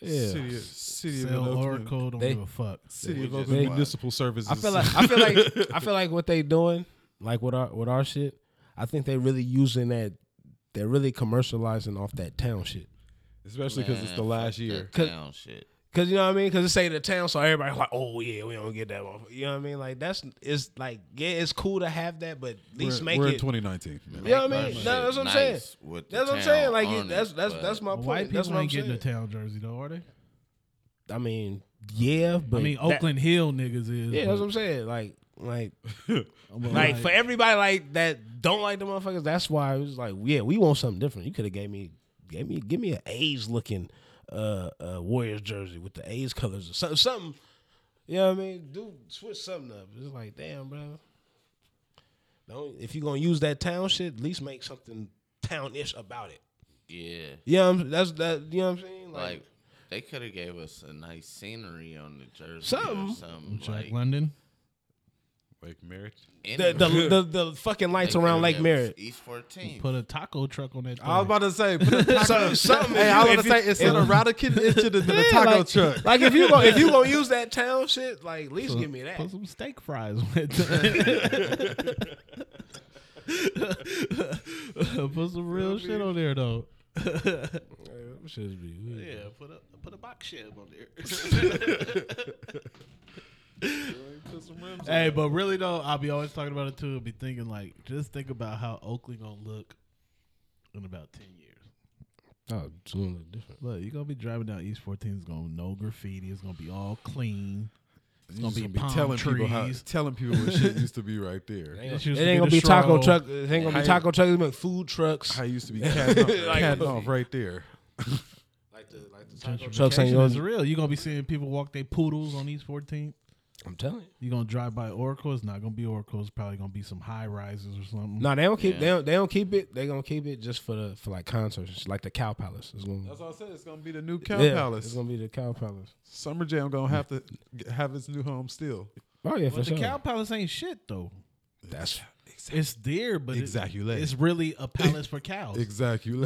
S3: Yeah,
S4: City, city of
S5: Sell
S4: Oakland-
S5: Oracle. Don't
S3: They-
S5: give a fuck.
S4: City of
S6: just
S4: Oakland
S6: like-
S4: Municipal Services.
S3: I feel like I feel like I feel like what they doing, like with our with our shit, I think they really using that. They're really commercializing off that town shit.
S4: especially because it's
S6: Man,
S4: the
S6: fuck
S4: last
S6: that
S4: year.
S6: Town shit.
S3: Cause you know what I mean. Cause it's say the town, so everybody's like, "Oh yeah, we don't get that one." You know what I mean? Like that's it's like yeah, it's cool to have that, but at least
S4: We're,
S3: make
S4: we're in
S3: it.
S4: 2019. man.
S3: you know what I
S6: Make
S3: mean? No,
S6: that shit
S3: that's what I'm
S6: nice
S3: saying.
S6: with the
S3: That's what I'm
S6: town
S3: saying. Like
S6: on
S3: it, that's
S6: it,
S3: that's
S6: but-
S3: that's my point.
S5: White
S3: that's
S5: people
S3: what I'm
S5: ain't getting
S3: saying.
S5: a town jersey though, are they?
S3: I mean, yeah, but
S5: I mean,
S3: that-
S5: Oakland Hill niggas is.
S3: Yeah,
S5: but-
S3: that's what I'm saying. Like, like,
S5: but
S3: Mm-hmm. like for everybody like that don't like the motherfuckers. That's why it was like, yeah, we want something different. You could have gave me, gave me, give me an A's looking uh, uh Warriors jersey with the A's colors or something. Something. You know what I mean? Do switch something up. It's like, damn, bro. Don't if you're gonna use that town shit, at least make something townish about it.
S6: Yeah.
S3: You know what I'm, that's that. You know what I'm saying? Like,
S6: Like they could have gave us a nice scenery on the jersey
S3: Something.
S6: or something.
S5: Jack
S6: like,
S5: London.
S4: Like marriage.
S3: The, the, the, the fucking lights around Lake Merritt.
S6: East 14.
S5: Put a taco truck on that.
S4: I was
S5: thing.
S4: about to say. Put a taco,
S3: something if
S4: hey, I
S3: you- if
S4: was about to say instead of Radican, it's to the, the
S3: Yeah,
S4: taco
S3: like,
S4: truck.
S3: Like if you go if you gonna use that town shit, like at least give me that.
S5: Put some steak fries on it. put some real shit on there though. Yeah, put a put a box shell on there. hey, but really though, I'll be always talking about it too. and Be thinking like, just think about how Oakland gonna look in about ten years.
S3: Oh, it's gonna look different.
S5: Look, you're gonna be driving down East 14. It's gonna no graffiti. It's gonna be all clean. It's gonna be, palm
S4: telling people how
S5: trees.
S4: telling people what shit used to be right there.
S5: It
S3: It
S5: used
S3: ain't gonna
S5: to the
S3: be taco
S5: Stroll.
S3: truck. It ain't gonna be taco trucks. It's gonna be food trucks.
S4: I used to be catting off, catting off right there.
S3: Trucks ain't
S5: Gentrification is
S3: gonna-
S5: real. You're gonna be seeing people walk their poodles on East 14th.
S3: I'm telling you.
S5: You're gonna drive by Oracle. It's not gonna be Oracle. It's probably gonna be some high rises or something.
S3: No, they don't keep. They don't. They don't keep it. They gonna keep it just for the for like concerts, It's like the Cow Palace. It's gonna,
S4: That's what I said. It's gonna be the new Cow
S3: yeah, It's
S4: Palace.
S3: gonna be the Cow Palace.
S4: Summer Jam gonna have to g- have its new home still.
S3: Oh yeah, for
S5: but the
S3: sure.
S5: Cow Palace ain't shit though.
S3: That's
S5: It's there, but it-
S4: Exactly.
S5: it's really a palace for cows.
S4: Exactly.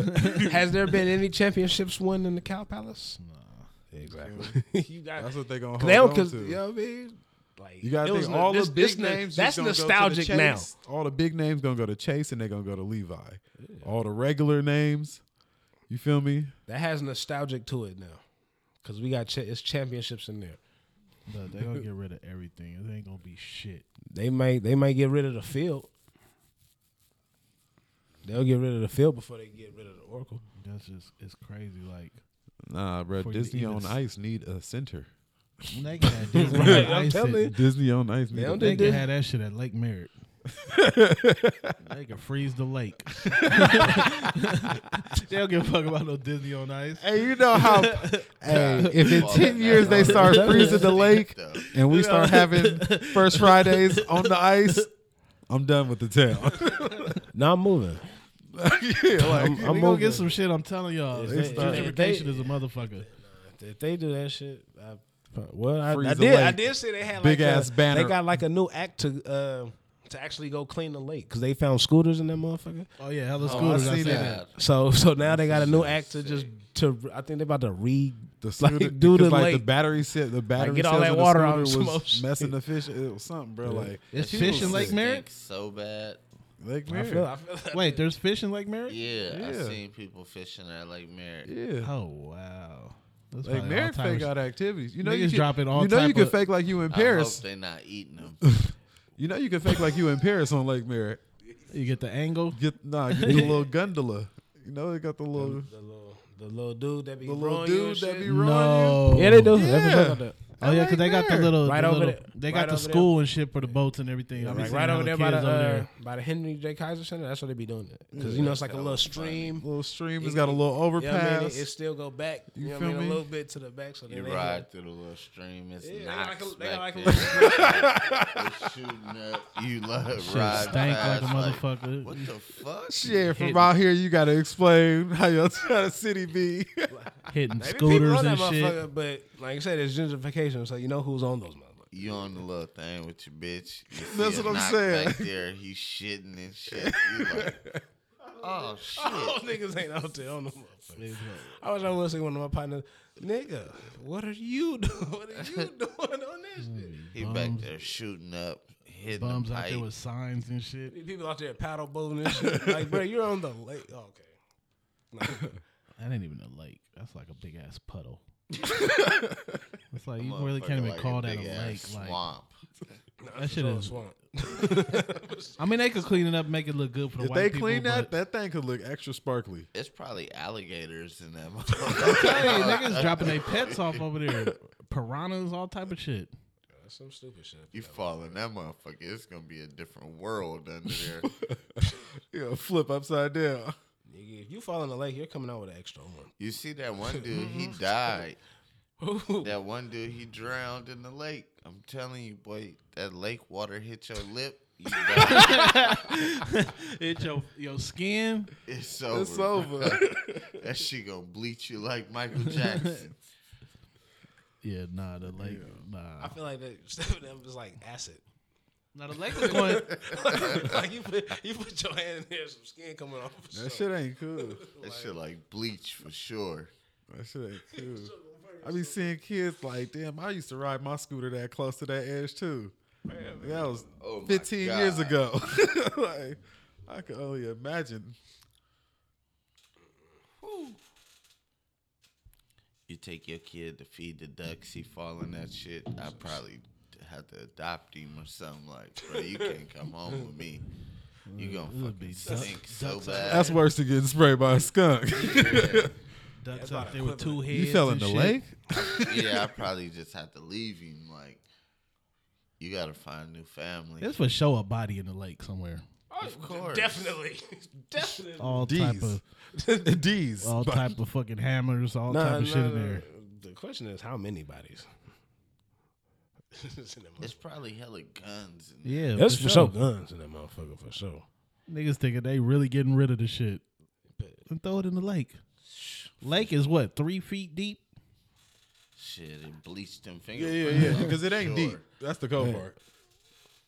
S3: Has there been any championships won in the Cow Palace? No. Exactly. you got.
S4: That's what they gonna hold
S3: they don't.
S4: on
S3: Cause
S4: to.
S3: you know what I mean. Like
S4: You gotta
S3: it was
S4: think
S3: no-
S4: all
S3: this-
S4: the big
S3: this no-
S4: names.
S3: That's
S4: just gonna go to the
S3: nostalgic now.
S4: Chase. All the big names gonna go to Chase, and they're gonna go to Levi. All the regular names. You feel me?
S3: That has nostalgic to it now, cause we got cha- it's championships in there.
S5: Look, they're gonna get rid of everything. It ain't gonna be shit.
S3: They might. They might get rid of the field. They'll get rid of the field before they get rid of the Oracle.
S5: That's just it's crazy. Like
S4: Nah, bro.
S5: For you to
S4: Disney
S5: even
S4: on
S5: s-
S4: Ice need a center.
S5: they can have Disney
S3: Right,
S5: on
S3: I'm
S5: Ice
S3: telling
S5: at-
S3: you.
S4: Disney on Ice need.
S3: don't
S4: A,
S3: do-
S5: They can have that shit at Lake Merritt. they can freeze the lake. they don't give a fuck about no Disney on Ice.
S4: hey, you know how? hey, if in
S6: Well,
S4: ten
S6: that-
S4: years they
S6: that's
S4: start freezing the lake,
S6: though.
S4: and we start having first Fridays on the ice, I'm done with the town.
S3: Now I'm moving.
S4: yeah, like
S3: I'm, I'm
S5: we gonna
S3: moving.
S5: get some shit. I'm telling y'all,
S3: If
S5: This
S3: they- if they-
S5: gentrification is a motherfucker.
S3: If they do that shit, I, pro- well, I, I
S4: Freeze the
S3: did. I
S4: lake.
S3: did say they had
S4: Big
S3: like
S4: ass
S3: a,
S4: banner.
S3: They got like a new act to uh, to actually go clean the lake because they found scooters in that motherfucker.
S5: Oh yeah, hella scooters. I,
S4: seen
S5: say
S4: that.
S5: that.
S3: So so now they got a new act to just to. I think they about to re
S4: the scooter,
S3: like do the
S4: because, like
S3: lake.
S4: the battery set, the battery
S3: get all
S4: cells
S3: that
S4: of the
S3: water out
S4: scooter
S3: of
S4: was
S3: some
S4: messing the fish. It was something, bro. Like
S5: There's fish in Lake Merritt.
S6: Stink So bad.
S4: Lake
S3: I
S4: Mary.
S3: feel, I feel like
S5: Wait, there's fish in Lake Merritt.
S6: Yeah,
S4: Yeah.
S6: I've seen people fishing at Lake Merritt.
S4: yeah.
S5: Oh wow. That's
S4: Like
S5: probably
S4: Mary
S5: all-time
S4: fake
S5: shit.
S4: out activities. You know you
S5: Niggas
S4: can,
S5: dropping all
S4: You know you
S5: type
S4: can
S5: of-
S4: fake like you in
S6: I hope
S4: Paris.
S6: they not eating them.
S4: You know you can fake like you in Paris on Lake Mary.
S5: You get the angle.
S4: Get nah, get the little gondola. You know they got the little
S3: the little the little dude that be
S4: the little
S3: rowing you
S4: dude
S3: and
S4: that
S3: shit.
S4: be rolling
S3: yeah they do. They be
S4: Yeah.
S3: talking about
S5: Oh yeah, because
S4: Lake
S5: they got the
S4: Merritt.
S5: little,
S3: Right
S5: the
S3: over
S5: little-
S3: there.
S5: they
S3: Right
S5: got the
S3: over there.
S5: school and shit for the boats and everything. I
S3: that.
S5: be
S3: Like
S5: seeing
S3: right over
S5: hella
S3: there by the
S5: kids over
S3: uh,
S5: there.
S3: by the Henry J Kaiser Center, that's where they be doing it because you know it's like a little stream.
S4: you. Little stream. It's
S3: It-
S4: got a little
S3: You know what I mean?
S4: overpass.
S3: It, it still go back. You,
S4: You
S3: know
S4: feel
S3: what I mean?
S4: me?
S3: A little bit to the back. So
S6: You
S3: then they
S6: ride through the little stream. It's
S3: Yeah, they got
S6: not
S3: like a- they got like a
S6: expected. It's shooting up. You love
S5: Shit
S6: ride
S5: stank like a
S6: past,
S5: motherfucker.
S6: what the fuck?
S4: Shit, from out here you gotta explain how your town city be.
S5: hitting
S3: Maybe people
S5: scooters
S3: on that
S5: and shit.
S3: motherfucker, but like I said, it's gentrification, so you know who's on those motherfuckers.
S6: You on the little thing with your bitch. You see
S4: That's
S6: a
S4: what I'm
S6: knock
S4: saying.
S6: Back there, he's shitting and shit. You like, oh
S3: Those
S6: shit.
S3: niggas ain't out there on the motherfuckers. I was almost say one of my partners, nigga, what are you doing? What are you doing on this
S4: Mm.
S3: shit?
S6: He back there shooting up, hitting
S5: Bums
S6: the
S5: out
S6: pipe.
S5: there with signs and shit.
S3: People out there paddle boating and shit. Like, bro, you're on the lake. Oh, okay. Nah.
S5: That ain't even a lake. That's like a big ass puddle. it's like you really can't
S6: Motherfucker
S5: even
S6: like
S5: call that a
S6: big ass
S5: lake. Like
S6: Swamp.
S5: that shit
S3: Oh,
S5: is.
S3: swamp.
S5: I mean, they could clean it up, make it look good for the
S4: if
S5: white
S4: they
S5: people.
S4: clean that,
S5: but-
S4: that thing could look extra sparkly.
S6: It's probably alligators in that.
S5: hey,
S6: motherfucker.
S5: niggas dropping their pets off over there. Piranhas, all type of shit.
S3: That's some stupid shit.
S6: You fall in that motherfucker, it's gonna be a different world under there.
S4: You know, flip upside down.
S3: Nigga, if you fall in the lake, you're coming out with an extra one.
S6: You see that one dude, he died. that one dude, he drowned in the lake. I'm telling you, boy, that lake water hit your lip. You died.
S5: It's your your skin.
S6: it's over.
S4: It's over.
S6: that shit gonna bleach you like Michael Jackson.
S5: Yeah, nah, the lake. Nah,
S3: I feel like that, stuff of them is like acid.
S7: Now the Lakers going like you put you put your hand in there, some skin coming off. for
S4: That
S7: sure.
S4: shit ain't cool.
S6: That shit like bleach for sure.
S4: That shit ain't cool. I be seeing kids like, damn, I used to ride my scooter that close to that edge too. that was
S6: Oh my
S4: 15 years
S6: God.
S4: ago. like, I can only imagine.
S6: You take your kid to feed the ducks, he fall in that shit. I probably have to adopt him or something like, bro, you can't come home with me. You gonna fucking stink so bad.
S4: That's worse than getting sprayed by a skunk.
S5: Ducks out there with two heads.
S4: you fell in
S5: and
S4: the
S5: shit.
S4: lake?
S6: yeah, I probably just have to leave him. Like, you gotta find a new family.
S5: It's for sure a body in the lake somewhere.
S6: of course,
S7: Definitely, definitely.
S5: All type
S4: D's.
S5: of
S4: D's.
S5: all
S4: But-
S5: type of fucking hammers, all type of shit in there.
S7: The question is how many bodies. It's in that motherfucker.
S6: It's probably hella guns. And
S5: Yeah,
S3: That's for sure guns in that motherfucker for sure.
S5: Niggas thinking they really getting rid of the shit. And throw it in the lake. Lake is what, three feet deep?
S6: Shit, and bleached them
S4: yeah,
S6: fingers.
S4: yeah, yeah. Because it ain't deep. That's the cold
S3: Yeah.
S4: part.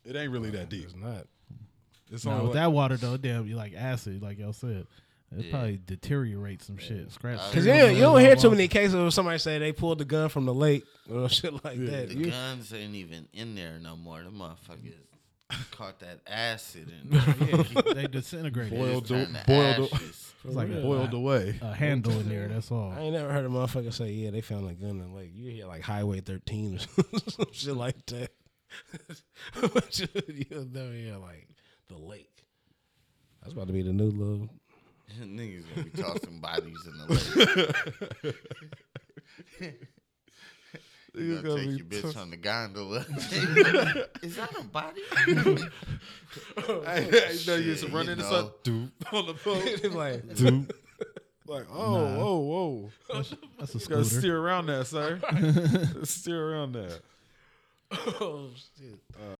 S4: It ain't really that deep.
S3: It's not.
S4: It's
S5: No,
S4: only
S5: with
S4: like-
S5: that water though, damn, you like acid, like y'all said. It probably deteriorates some shit. Scratch.
S3: Cause yeah, you don't hear too many cases of somebody say they pulled the gun from the lake or shit like that.
S6: The
S3: You-
S6: guns ain't even in there no more. The motherfuckers caught that acid and
S5: They disintegrate.
S4: Boiled
S6: Boiled,
S4: the- boiled the-
S5: It's like a,
S4: boiled away.
S5: a handle in there. That's
S3: I
S5: all.
S3: ain't never heard a motherfucker say, "Yeah, they found a gun in the lake." You hear like Highway 13 or some shit like that. but you, you never hear like the lake. That's about to be the new little.
S6: Niggas gonna be tossing bodies in the lake. You
S4: Niggas gonna
S6: gonna take
S4: be
S6: your bitch
S4: toss-
S6: on the gondola. Is that a body?
S4: Hey, hey, no, you just
S6: Shit,
S4: run
S6: you
S4: into
S6: know.
S4: something. Doop. On the boat.
S3: It's like
S4: Doop. Like, oh, whoa, whoa.
S5: That's a
S4: Gotta
S5: scooter.
S4: steer around that, sir. steer around that.
S3: oh shit.
S4: Oh